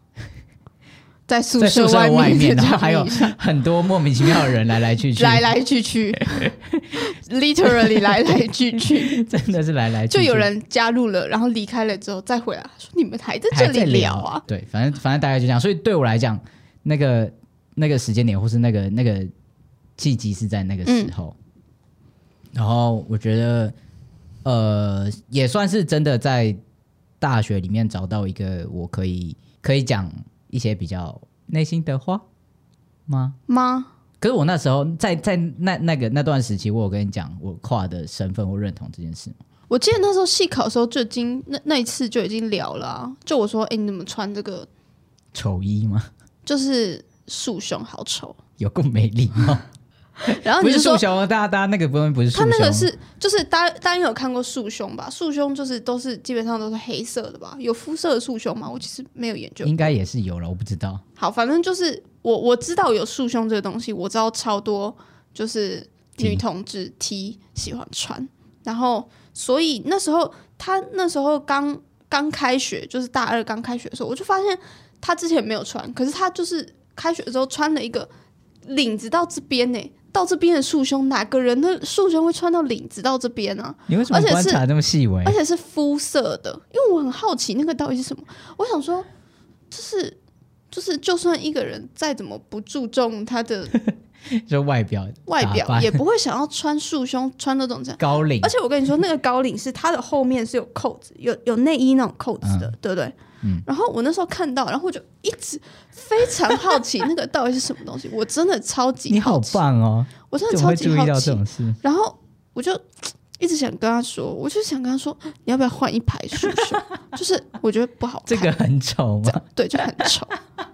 [SPEAKER 2] 在宿
[SPEAKER 1] 在宿舍
[SPEAKER 2] 外
[SPEAKER 1] 面，
[SPEAKER 2] 面的
[SPEAKER 1] 然
[SPEAKER 2] 穿衣
[SPEAKER 1] 后还有 很多莫名其妙的人来来去去，
[SPEAKER 2] 来来去去 ，literally 来来去去，
[SPEAKER 1] 真的是来来去
[SPEAKER 2] 就
[SPEAKER 1] 去，
[SPEAKER 2] 有人加入了，然后离开了之后再回来，说你们还在
[SPEAKER 1] 还
[SPEAKER 2] 这
[SPEAKER 1] 在
[SPEAKER 2] 里
[SPEAKER 1] 聊
[SPEAKER 2] 啊？，
[SPEAKER 1] 对，反正反正大概就这样。所以对我来讲，那个那个时间点或是那个那个契机是在那个时候，然后我觉得呃也算是真的在大学里面找到一个我可以可以讲一些比较内心的话吗？
[SPEAKER 2] 吗？
[SPEAKER 1] 可是我那时候在在那那个那段时期，我有跟你讲我跨的身份或认同这件事吗
[SPEAKER 2] 我记得那时候细考的时候就已经那那一次就已经聊了、啊，就我说，哎、你怎么穿这个
[SPEAKER 1] 丑一吗？
[SPEAKER 2] 就是束胸 好丑，
[SPEAKER 1] 有够没礼貌！
[SPEAKER 2] 然后
[SPEAKER 1] 不
[SPEAKER 2] 你
[SPEAKER 1] 是
[SPEAKER 2] 就
[SPEAKER 1] 束
[SPEAKER 2] 说
[SPEAKER 1] 胸哦，大家大家那个不用不是束
[SPEAKER 2] 他
[SPEAKER 1] 胸，
[SPEAKER 2] 那个是就是大家大家有看过束胸吧？束胸就是都是基本上都是黑色的吧？有肤色的束胸吗？我其实没有研究。
[SPEAKER 1] 应该也是有了，我不知道。
[SPEAKER 2] 好，反正就是我我知道有束胸这个东西，我知道超多就是
[SPEAKER 1] T
[SPEAKER 2] 女同志 T 喜欢穿，然后所以那时候她那时候刚刚开学，就是大二刚开学的时候，我就发现她之前没有穿，可是她就是开学的时候穿了一个领子到这边呢、到这边的束胸，哪个人的束胸会穿到领子到这边啊？
[SPEAKER 1] 你为什么
[SPEAKER 2] 而且是
[SPEAKER 1] 观察这么细微
[SPEAKER 2] 而？且是肤色的，因为我很好奇那个到底是什么。我想说，就是就是，就算一个人再怎么不注重他的
[SPEAKER 1] 就外表
[SPEAKER 2] 外
[SPEAKER 1] 打
[SPEAKER 2] 表，
[SPEAKER 1] 扮嗯
[SPEAKER 2] 也不会想要穿束胸，穿那种这样。
[SPEAKER 1] 高领
[SPEAKER 2] 而，且我跟你说，那个高领是它的后面是有扣子，有有内衣那种扣子的，对不对？
[SPEAKER 1] 嗯
[SPEAKER 2] 然后我那时候看到，然后我就一直非常好奇那个到底是什么东西，我真的超级
[SPEAKER 1] 你好
[SPEAKER 2] 奇，
[SPEAKER 1] 棒哦！
[SPEAKER 2] 我真的
[SPEAKER 1] 怎么
[SPEAKER 2] 超
[SPEAKER 1] 会
[SPEAKER 2] 级
[SPEAKER 1] 注意
[SPEAKER 2] 好
[SPEAKER 1] 到
[SPEAKER 2] 奇
[SPEAKER 1] 这。种事？
[SPEAKER 2] 然后我就一直想跟他说，我就想跟他说，你要不要换一排束胸？ 就是我觉得不好
[SPEAKER 1] 这
[SPEAKER 2] 看，
[SPEAKER 1] 个很丑 吗？
[SPEAKER 2] 对，就很丑。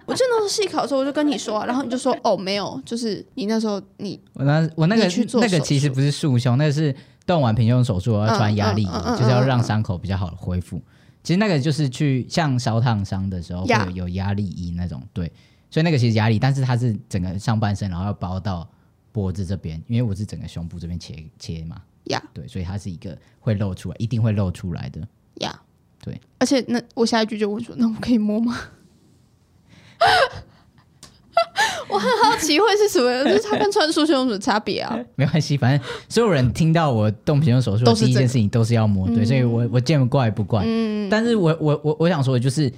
[SPEAKER 2] 我记得那时候细考的时候，我就跟你说、啊，然后你就说哦没有，就是你那时候你
[SPEAKER 1] 我那我那个
[SPEAKER 2] 你去做
[SPEAKER 1] 那个
[SPEAKER 2] 手术
[SPEAKER 1] 其实不是束胸，那个是动完平胸手术我要穿压力
[SPEAKER 2] 嗯嗯嗯
[SPEAKER 1] 衣，
[SPEAKER 2] 嗯
[SPEAKER 1] 就是要让伤口比较好的恢复。其实那个就是去像烧烫伤的时候会
[SPEAKER 2] 呀
[SPEAKER 1] 有有压力衣那种，对，所以那个其实压力，但是它是整个上半身，然后要包到脖子这边，因为我是整个胸部这边切切嘛，
[SPEAKER 2] 呀
[SPEAKER 1] 对，所以它是一个会露出来，一定会露出来的。
[SPEAKER 2] 呀、
[SPEAKER 1] 对，
[SPEAKER 2] 而且那我下一句就问说，那我可以摸吗？ 我很好奇会是什么，就是它跟穿束胸有什么差别啊？
[SPEAKER 1] 没关系，反正所有人听到我动平胸手术的
[SPEAKER 2] 都是
[SPEAKER 1] 第一
[SPEAKER 2] 这
[SPEAKER 1] 件
[SPEAKER 2] 个嗯
[SPEAKER 1] 事情都是要摸，对，所以我我见怪不怪。但是我我我我想说的就是，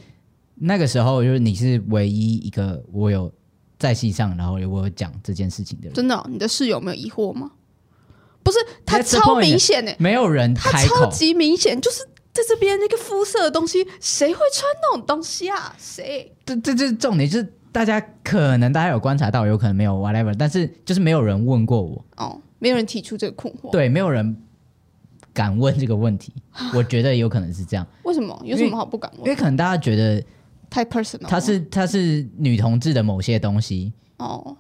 [SPEAKER 1] 那个时候就是你是唯一一个我有在戏上，然后我有讲这件事情的人，
[SPEAKER 2] 真的哦、你的室友没有疑惑吗？不是，它
[SPEAKER 1] That's the
[SPEAKER 2] 超
[SPEAKER 1] point
[SPEAKER 2] 明显欸诶、
[SPEAKER 1] 没有人
[SPEAKER 2] 它
[SPEAKER 1] 开
[SPEAKER 2] 超
[SPEAKER 1] 口。
[SPEAKER 2] 级明显，就是在这边那个肤色的东西，谁会穿那种东西啊？谁？
[SPEAKER 1] 这这这重点就是大家可能大家有观察到，有可能没有 whatever，但是就是没有人问过我，
[SPEAKER 2] 哦，没有人提出这个困惑，
[SPEAKER 1] 对，没有人敢问这个问 题。我觉得有可能是这样，
[SPEAKER 2] 为什么？有什么好不敢
[SPEAKER 1] 因
[SPEAKER 2] 问？
[SPEAKER 1] 为可能大家觉得
[SPEAKER 2] 太 personal，了
[SPEAKER 1] 它是它是女同志的某些东西，
[SPEAKER 2] 哦，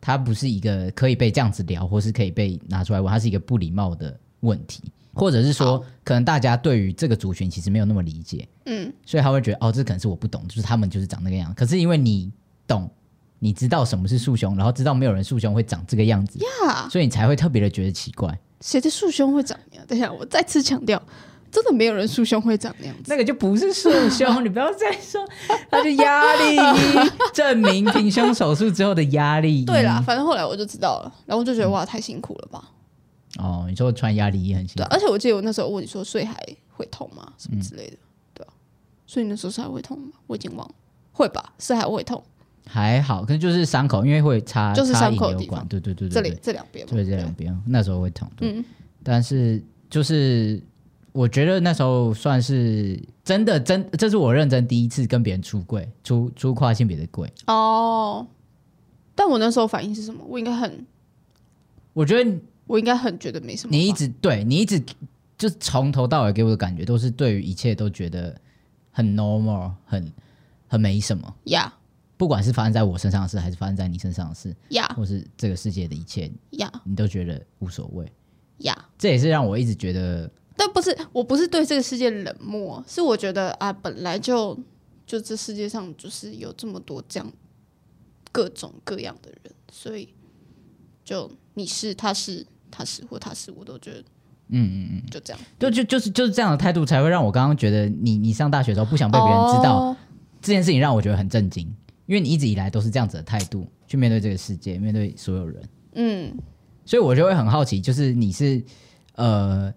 [SPEAKER 1] 它不是一个可以被这样子聊，或是可以被拿出来问，它是一个不礼貌的问题，或者是说，可能大家对于这个族群其实没有那么理解，
[SPEAKER 2] 嗯，
[SPEAKER 1] 所以他会觉得哦，这可能是我不懂，就是他们就是长那个样。可是因为你懂，你知道什么是束胸，然后知道没有人束胸会长这个样子，
[SPEAKER 2] 呀，
[SPEAKER 1] 所以你才会特别的觉得奇怪。
[SPEAKER 2] 谁的束胸会长那样？等一下，我再次强调，真的没有人束胸会长那样子。
[SPEAKER 1] 那个就不是束胸，你不要再 说，它是压力衣，证明平胸手术之后的压力衣。
[SPEAKER 2] 对啦，，反正后来我就知道了，然后我就觉得哇，太辛苦了吧？
[SPEAKER 1] 哦，你说穿压力衣很辛
[SPEAKER 2] 对
[SPEAKER 1] 苦
[SPEAKER 2] 啊，，而且我记得我那时候问你说，睡还会痛吗？
[SPEAKER 1] 嗯
[SPEAKER 2] 什么之类的，对啊，所以你那时候是还会痛吗？我已经忘了，会吧？是还会痛，
[SPEAKER 1] 还好，可是就是伤口，因为会插
[SPEAKER 2] 就是
[SPEAKER 1] 插
[SPEAKER 2] 伤
[SPEAKER 1] 引
[SPEAKER 2] 口的
[SPEAKER 1] 流
[SPEAKER 2] 地
[SPEAKER 1] 管，
[SPEAKER 2] 方
[SPEAKER 1] 对对对对，
[SPEAKER 2] 这
[SPEAKER 1] 对
[SPEAKER 2] 里这两边嘛，
[SPEAKER 1] 对这两边，那时候会痛。对，
[SPEAKER 2] 嗯
[SPEAKER 1] 但是就是我觉得那时候算是真的真，这是我认真第一次跟别人出柜，出出跨性别的柜。
[SPEAKER 2] 哦。但我那时候反应是什么？我应该很，
[SPEAKER 1] 我觉得
[SPEAKER 2] 我应该很觉得没什么吧。
[SPEAKER 1] 你一直对你一直就是从头到尾给我的感觉都是对于一切都觉得很 normal，很很没什么。
[SPEAKER 2] 呀
[SPEAKER 1] 不管是发生在我身上的事，还是发生在你身上的事，
[SPEAKER 2] 呀
[SPEAKER 1] 或是这个世界的一切，
[SPEAKER 2] 呀
[SPEAKER 1] 你都觉得无所谓。
[SPEAKER 2] 呀！
[SPEAKER 1] 这也是让我一直觉得
[SPEAKER 2] 但不是，我不是对这个世界冷漠，是我觉得啊，本来就就这世界上就是有这么多这样各种各样的人，所以就你是他是他是或他是，我都觉得，嗯嗯嗯，就这样
[SPEAKER 1] 就就就是就是这样的态度，才会让我刚刚觉得你你上大学的时候不想被别人知道、
[SPEAKER 2] 哦
[SPEAKER 1] 这件事情，让我觉得很震惊，因为你一直以来都是这样子的态度去面对这个世界，面对所有人，
[SPEAKER 2] 嗯，
[SPEAKER 1] 所以我就会很好奇，就是你是呃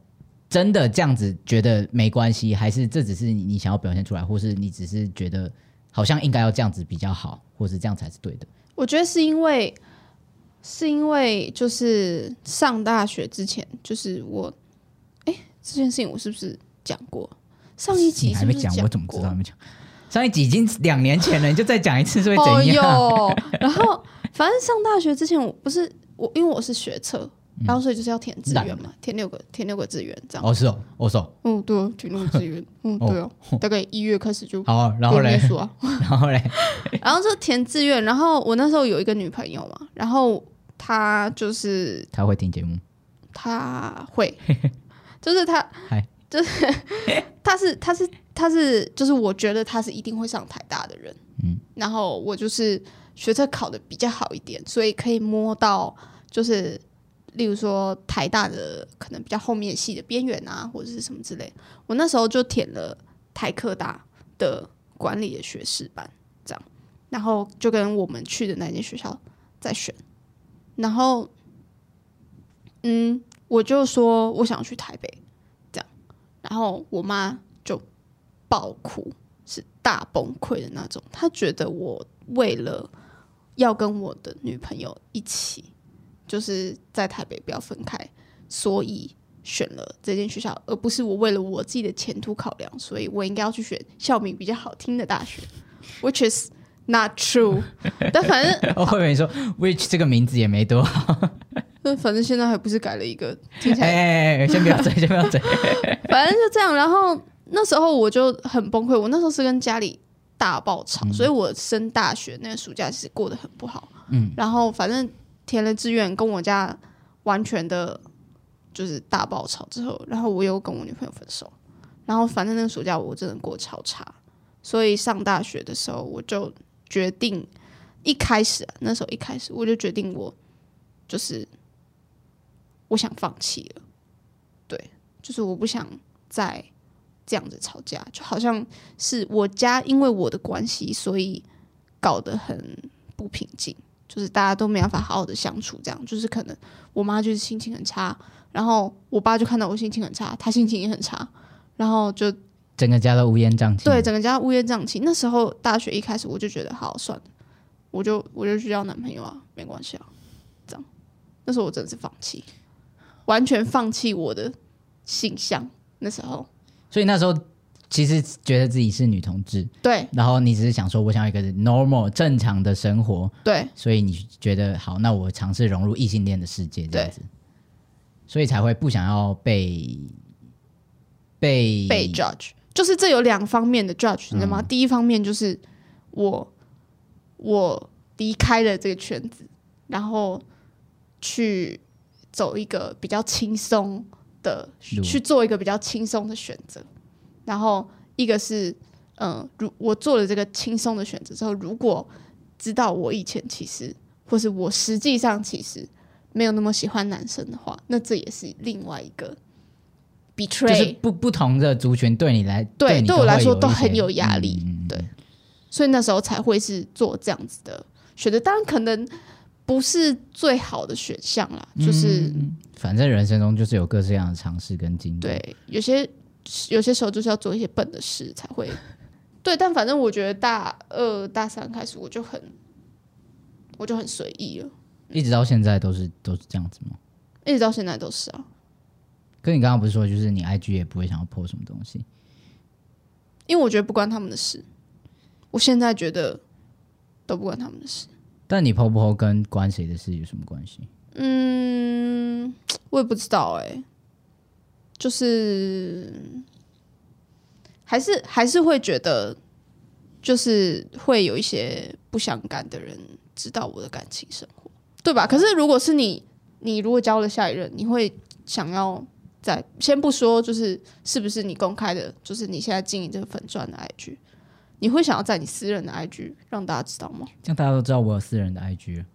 [SPEAKER 1] 真的这样子觉得没关系，还是这只是你你想要表现出来，或是你只是觉得好像应该要这样子比较好，或是这样才是对的？
[SPEAKER 2] 我觉得是因为是因为就是上大学之前，就是我，哎，这件事情我是不是讲过？上一集
[SPEAKER 1] 你还
[SPEAKER 2] 是不
[SPEAKER 1] 没
[SPEAKER 2] 是
[SPEAKER 1] 讲，
[SPEAKER 2] 过
[SPEAKER 1] 我怎么知道你没讲？上一集已经两年前了，你就再讲一次是会
[SPEAKER 2] 哦
[SPEAKER 1] 怎样？
[SPEAKER 2] 哟，然后反正上大学之前，我不是我，因为我是学测，然后所以就是要填志愿嘛，填六个，填六个志愿这样。
[SPEAKER 1] 嗯 哦是哦，哦是哦，
[SPEAKER 2] 嗯，对啊，填六个 志愿，嗯，对啊，大概一月开始就
[SPEAKER 1] 好啊，哦 然后
[SPEAKER 2] 不用
[SPEAKER 1] 嘞
[SPEAKER 2] 念，书啊，
[SPEAKER 1] 然后嘞。
[SPEAKER 2] 然后就填志愿，然后我那时候有一个女朋友嘛，然后她就是
[SPEAKER 1] 他会听节目，
[SPEAKER 2] 她会，就是她
[SPEAKER 1] 嗨，
[SPEAKER 2] 就是她是她是她是就是我觉得她是一定会上台大的人，嗯，然后我就是学测考的比较好一点，所以可以摸到就是例如说台大的可能比较后面系的边缘啊，或者是什么之类。我那时候就填了台科大的管理的学士班，这样，然后就跟我们去的那间学校再选，然后嗯，我就说我想去台北，这样，然后我妈就爆哭，是大崩溃的那种。她觉得我为了要跟我的女朋友一起，就是在台北不要分开，所以选了这间学校，而不是我为了我自己的前途考量，所以我应该要去选校名比较好听的大学，which is not true 。 但反正
[SPEAKER 1] 我哦会跟你说，which 这个名字也没多好。
[SPEAKER 2] 那反正现在还不是改了一个听 起
[SPEAKER 1] 哎
[SPEAKER 2] 来
[SPEAKER 1] 哎，哎先不 要追，先不要追。
[SPEAKER 2] 反正就这样。然后那时候我就很崩溃，我那时候是跟家里大爆吵，所以我升大学那个暑假其实过得很不好。嗯，然后反正填了志愿，跟我家完全的就是大爆吵之后，然后我又跟我女朋友分手，然后反正那个暑假我真的过得超差，所以上大学的时候我就决定，一开始、啊、那时候一开始我就决定我就是我想放弃了，对，就是我不想再这样子吵架，就好像是我家因为我的关系，所以搞得很不平静，就是大家都没办法好好的相处，这样就是可能我妈就是心情很差，然后我爸就看到我心情很差，他心情也很差，然后就
[SPEAKER 1] 整个家都乌烟瘴气。
[SPEAKER 2] 对，整个家乌烟瘴气。那时候大学一开始我就觉得，好算了，我就我就去交男朋友啊，没关系啊，这样。那时候我真的是放弃，完全放弃我的性向。那时候，
[SPEAKER 1] 所以那时候其实觉得自己是女同志，
[SPEAKER 2] 对
[SPEAKER 1] 然后你只是想说，我想要一个 normal 正常的生活，
[SPEAKER 2] 对，
[SPEAKER 1] 所以你觉得好，那我尝试融入异性恋的世界这样子，所以才会不想要被被
[SPEAKER 2] 被 judge，就是这有两方面的 judge，你知道
[SPEAKER 1] 嗯
[SPEAKER 2] 吗？第一方面就是我我离开了这个圈子，然后去走一个比较轻松的，
[SPEAKER 1] 路
[SPEAKER 2] 去做一个比较轻松的选择。然后一个是，嗯、如我做了这个轻松的选择之后，如果知道我以前其实，或是我实际上其实没有那么喜欢男生的话，那这也是另外一个 betray，
[SPEAKER 1] 就是不不同的族群对你来
[SPEAKER 2] 对，
[SPEAKER 1] 你
[SPEAKER 2] 对我来
[SPEAKER 1] 会
[SPEAKER 2] 说
[SPEAKER 1] 一
[SPEAKER 2] 都
[SPEAKER 1] 些
[SPEAKER 2] 很有压力，
[SPEAKER 1] 嗯嗯嗯
[SPEAKER 2] 对，所以那时候才会是做这样子的选择。当然，可能不是最好的选项啦，就是、
[SPEAKER 1] 嗯反正人生中就是有各式各样的尝试跟经历。，
[SPEAKER 2] 对，有些有些时候就是要做一些笨的事才 会。对，但反正我觉得大二、大三开始我就很，我就很随意了，
[SPEAKER 1] 一直到现在都是都是这样子吗？
[SPEAKER 2] 一直到现在都是啊。
[SPEAKER 1] 跟你刚刚不是说，就是你 IG 也不会想要 po 什么东西，
[SPEAKER 2] 因为我觉得不关他们的事，我现在觉得都不关他们的事。
[SPEAKER 1] 但你 po 不 po 跟关谁的事有什么关系？
[SPEAKER 2] 嗯，我也不知道哎、就是还是还是会觉得，就是会有一些不相干的人知道我的感情生活，对吧？可是如果是你，你如果交了下一任，你会想要在先不说，就是是不是你公开的，就是你现在经营这个粉钻的 IG，你会想要在你私人的 IG 让大家知道吗？
[SPEAKER 1] 这样大家都知道我有私人的 IG，了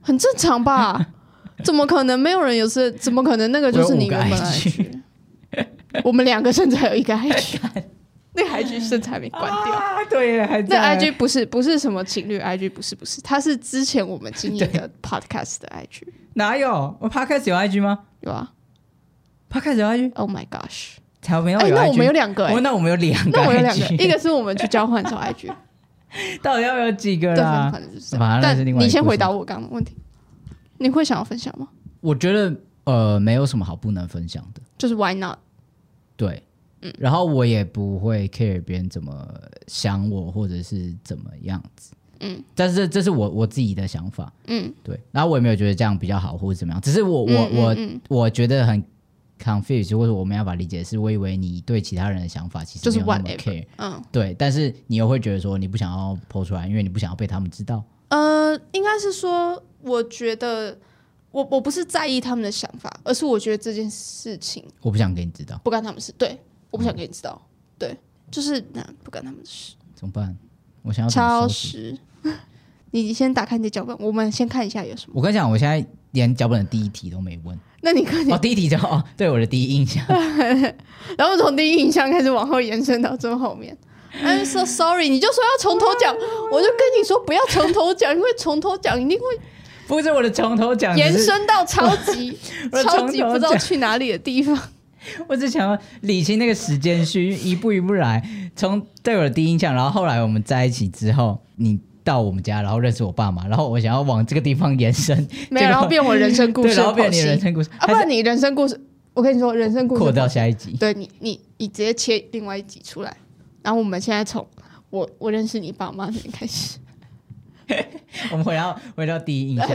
[SPEAKER 2] 很正常 吧？怎么可能没有人有事？怎么可能那个就是你
[SPEAKER 1] 我有
[SPEAKER 2] 原
[SPEAKER 1] 五个
[SPEAKER 2] 本的 IG？我们两个甚至还有一个 IG，那个 IG 甚至还没关掉。
[SPEAKER 1] 啊，对，还
[SPEAKER 2] 那 IG 不是不是什么情侣 IG，不是不是，它是之前我们经营的 podcast 的 IG，
[SPEAKER 1] 哪有？我 Podcast 有 IG 吗
[SPEAKER 2] 有啊
[SPEAKER 1] ？Podcast 有 IG，
[SPEAKER 2] ？Oh my gosh！
[SPEAKER 1] 才没有
[SPEAKER 2] 哎，
[SPEAKER 1] 有 IG。
[SPEAKER 2] 那我们有两个哎
[SPEAKER 1] 哦，那我们有两个 IG，
[SPEAKER 2] 那我有两个，一个是我们去交换的时候 IG，
[SPEAKER 1] 到底要不要几个
[SPEAKER 2] 对，
[SPEAKER 1] 啦
[SPEAKER 2] 反正？可能就是这
[SPEAKER 1] 啊反
[SPEAKER 2] 样。
[SPEAKER 1] 正那是
[SPEAKER 2] 但
[SPEAKER 1] 另外一个
[SPEAKER 2] 你先
[SPEAKER 1] 故事
[SPEAKER 2] 回答我刚刚的问题，你会想要分享吗？
[SPEAKER 1] 我觉得呃，没有什么好不能分享的。
[SPEAKER 2] 就是 Why not？
[SPEAKER 1] 对，
[SPEAKER 2] 嗯
[SPEAKER 1] 然后我也不会 care 别人怎么想我，或者是怎么样子，嗯，但是这这是我我自己的想法，
[SPEAKER 2] 嗯，
[SPEAKER 1] 对，然后我也没有觉得这样比较好或者怎么样，只是我我
[SPEAKER 2] 嗯嗯
[SPEAKER 1] 我、
[SPEAKER 2] 嗯
[SPEAKER 1] 我觉得很 confused，或者我没办法理解的是，我以为你对其他人的想法其
[SPEAKER 2] 就
[SPEAKER 1] 实
[SPEAKER 2] 是
[SPEAKER 1] 没有那么
[SPEAKER 2] whatever
[SPEAKER 1] care，
[SPEAKER 2] 嗯
[SPEAKER 1] 对，但是你又会觉得说你不想要剖出来，因为你不想要被他们知道，
[SPEAKER 2] 呃，应该是说，我觉得我我不是在意他们的想法，而是我觉得这件事情
[SPEAKER 1] 我不想给你知道，
[SPEAKER 2] 不干他们事。对，我不想给你知道。对，就是那、不干他们的事。
[SPEAKER 1] 怎么办？我想要怎么
[SPEAKER 2] 超
[SPEAKER 1] 收拾
[SPEAKER 2] 时，你先打开你的脚本，我们先看一下有什么。
[SPEAKER 1] 我跟你讲，我现在连脚本的第一题都没 问，
[SPEAKER 2] 那你看你，
[SPEAKER 1] 哦，第一题就哦，对我的第一印象。
[SPEAKER 2] 然后从第一印象开始往后延伸到最后面。I'm so sorry，你就说要从头讲，我就跟你说不要从头讲，因为从头讲一定会
[SPEAKER 1] 不是我的从头讲，
[SPEAKER 2] 延
[SPEAKER 1] 啊只是
[SPEAKER 2] 伸到超 级
[SPEAKER 1] 我
[SPEAKER 2] 超级
[SPEAKER 1] 从头
[SPEAKER 2] 不知道
[SPEAKER 1] 讲
[SPEAKER 2] 去哪里的地方。
[SPEAKER 1] 我只想要理清那个时间序，一步一步来。从对我的第一印象，然后后来我们在一起之后，你到我们家，然后认识我爸妈，然后我想要往这个地方延伸，
[SPEAKER 2] 没
[SPEAKER 1] 结
[SPEAKER 2] 有，
[SPEAKER 1] 果
[SPEAKER 2] 然后变我人生故
[SPEAKER 1] 对，
[SPEAKER 2] 事的
[SPEAKER 1] 然后变
[SPEAKER 2] 剖
[SPEAKER 1] 你的人
[SPEAKER 2] 析。
[SPEAKER 1] 生故事，
[SPEAKER 2] 啊，不
[SPEAKER 1] 还是
[SPEAKER 2] 然你人生故事，我跟你说，人生故事
[SPEAKER 1] 扩到
[SPEAKER 2] 剖析
[SPEAKER 1] 下一集。
[SPEAKER 2] 对你，你你直接切另外一集出来。然后我们现在从我我认识你爸妈那里开始。
[SPEAKER 1] 我们回到回到第一印象，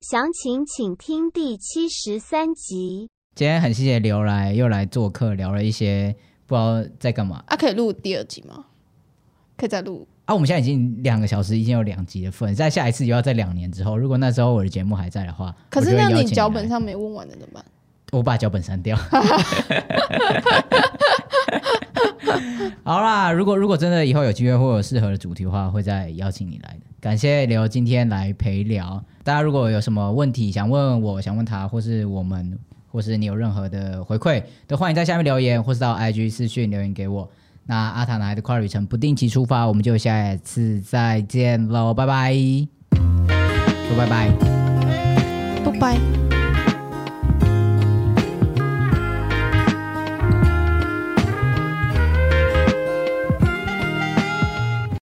[SPEAKER 3] 详情请听第七十三集。
[SPEAKER 1] 今天很谢谢刘来又来做客，聊了一些不知道在干嘛
[SPEAKER 2] 啊，可以录第二集吗？可以再录。
[SPEAKER 1] 啊。我们现在已经两个小时，已经有两集的份，在下一次又要在两年之后，如果那时候我的节目还在的话，
[SPEAKER 2] 可是
[SPEAKER 1] 我就会
[SPEAKER 2] 那
[SPEAKER 1] 邀
[SPEAKER 2] 你
[SPEAKER 1] 请
[SPEAKER 2] 脚
[SPEAKER 1] 来
[SPEAKER 2] 本上没问完的怎么办？
[SPEAKER 1] 我把脚本删掉。 好啦，如果如果真的以后有机会或有适合的主题的话，会再邀请你来的。感谢刘今天来陪聊，大家如果有什么问题想问我，想问他，或是我们，或是你有任何的回馈，都欢迎在下面留言，或是到 IG 私讯留言给我。那阿塔男孩的跨旅程不定期出发，我们就下次再见喽，拜拜，说拜拜。
[SPEAKER 2] 拜拜。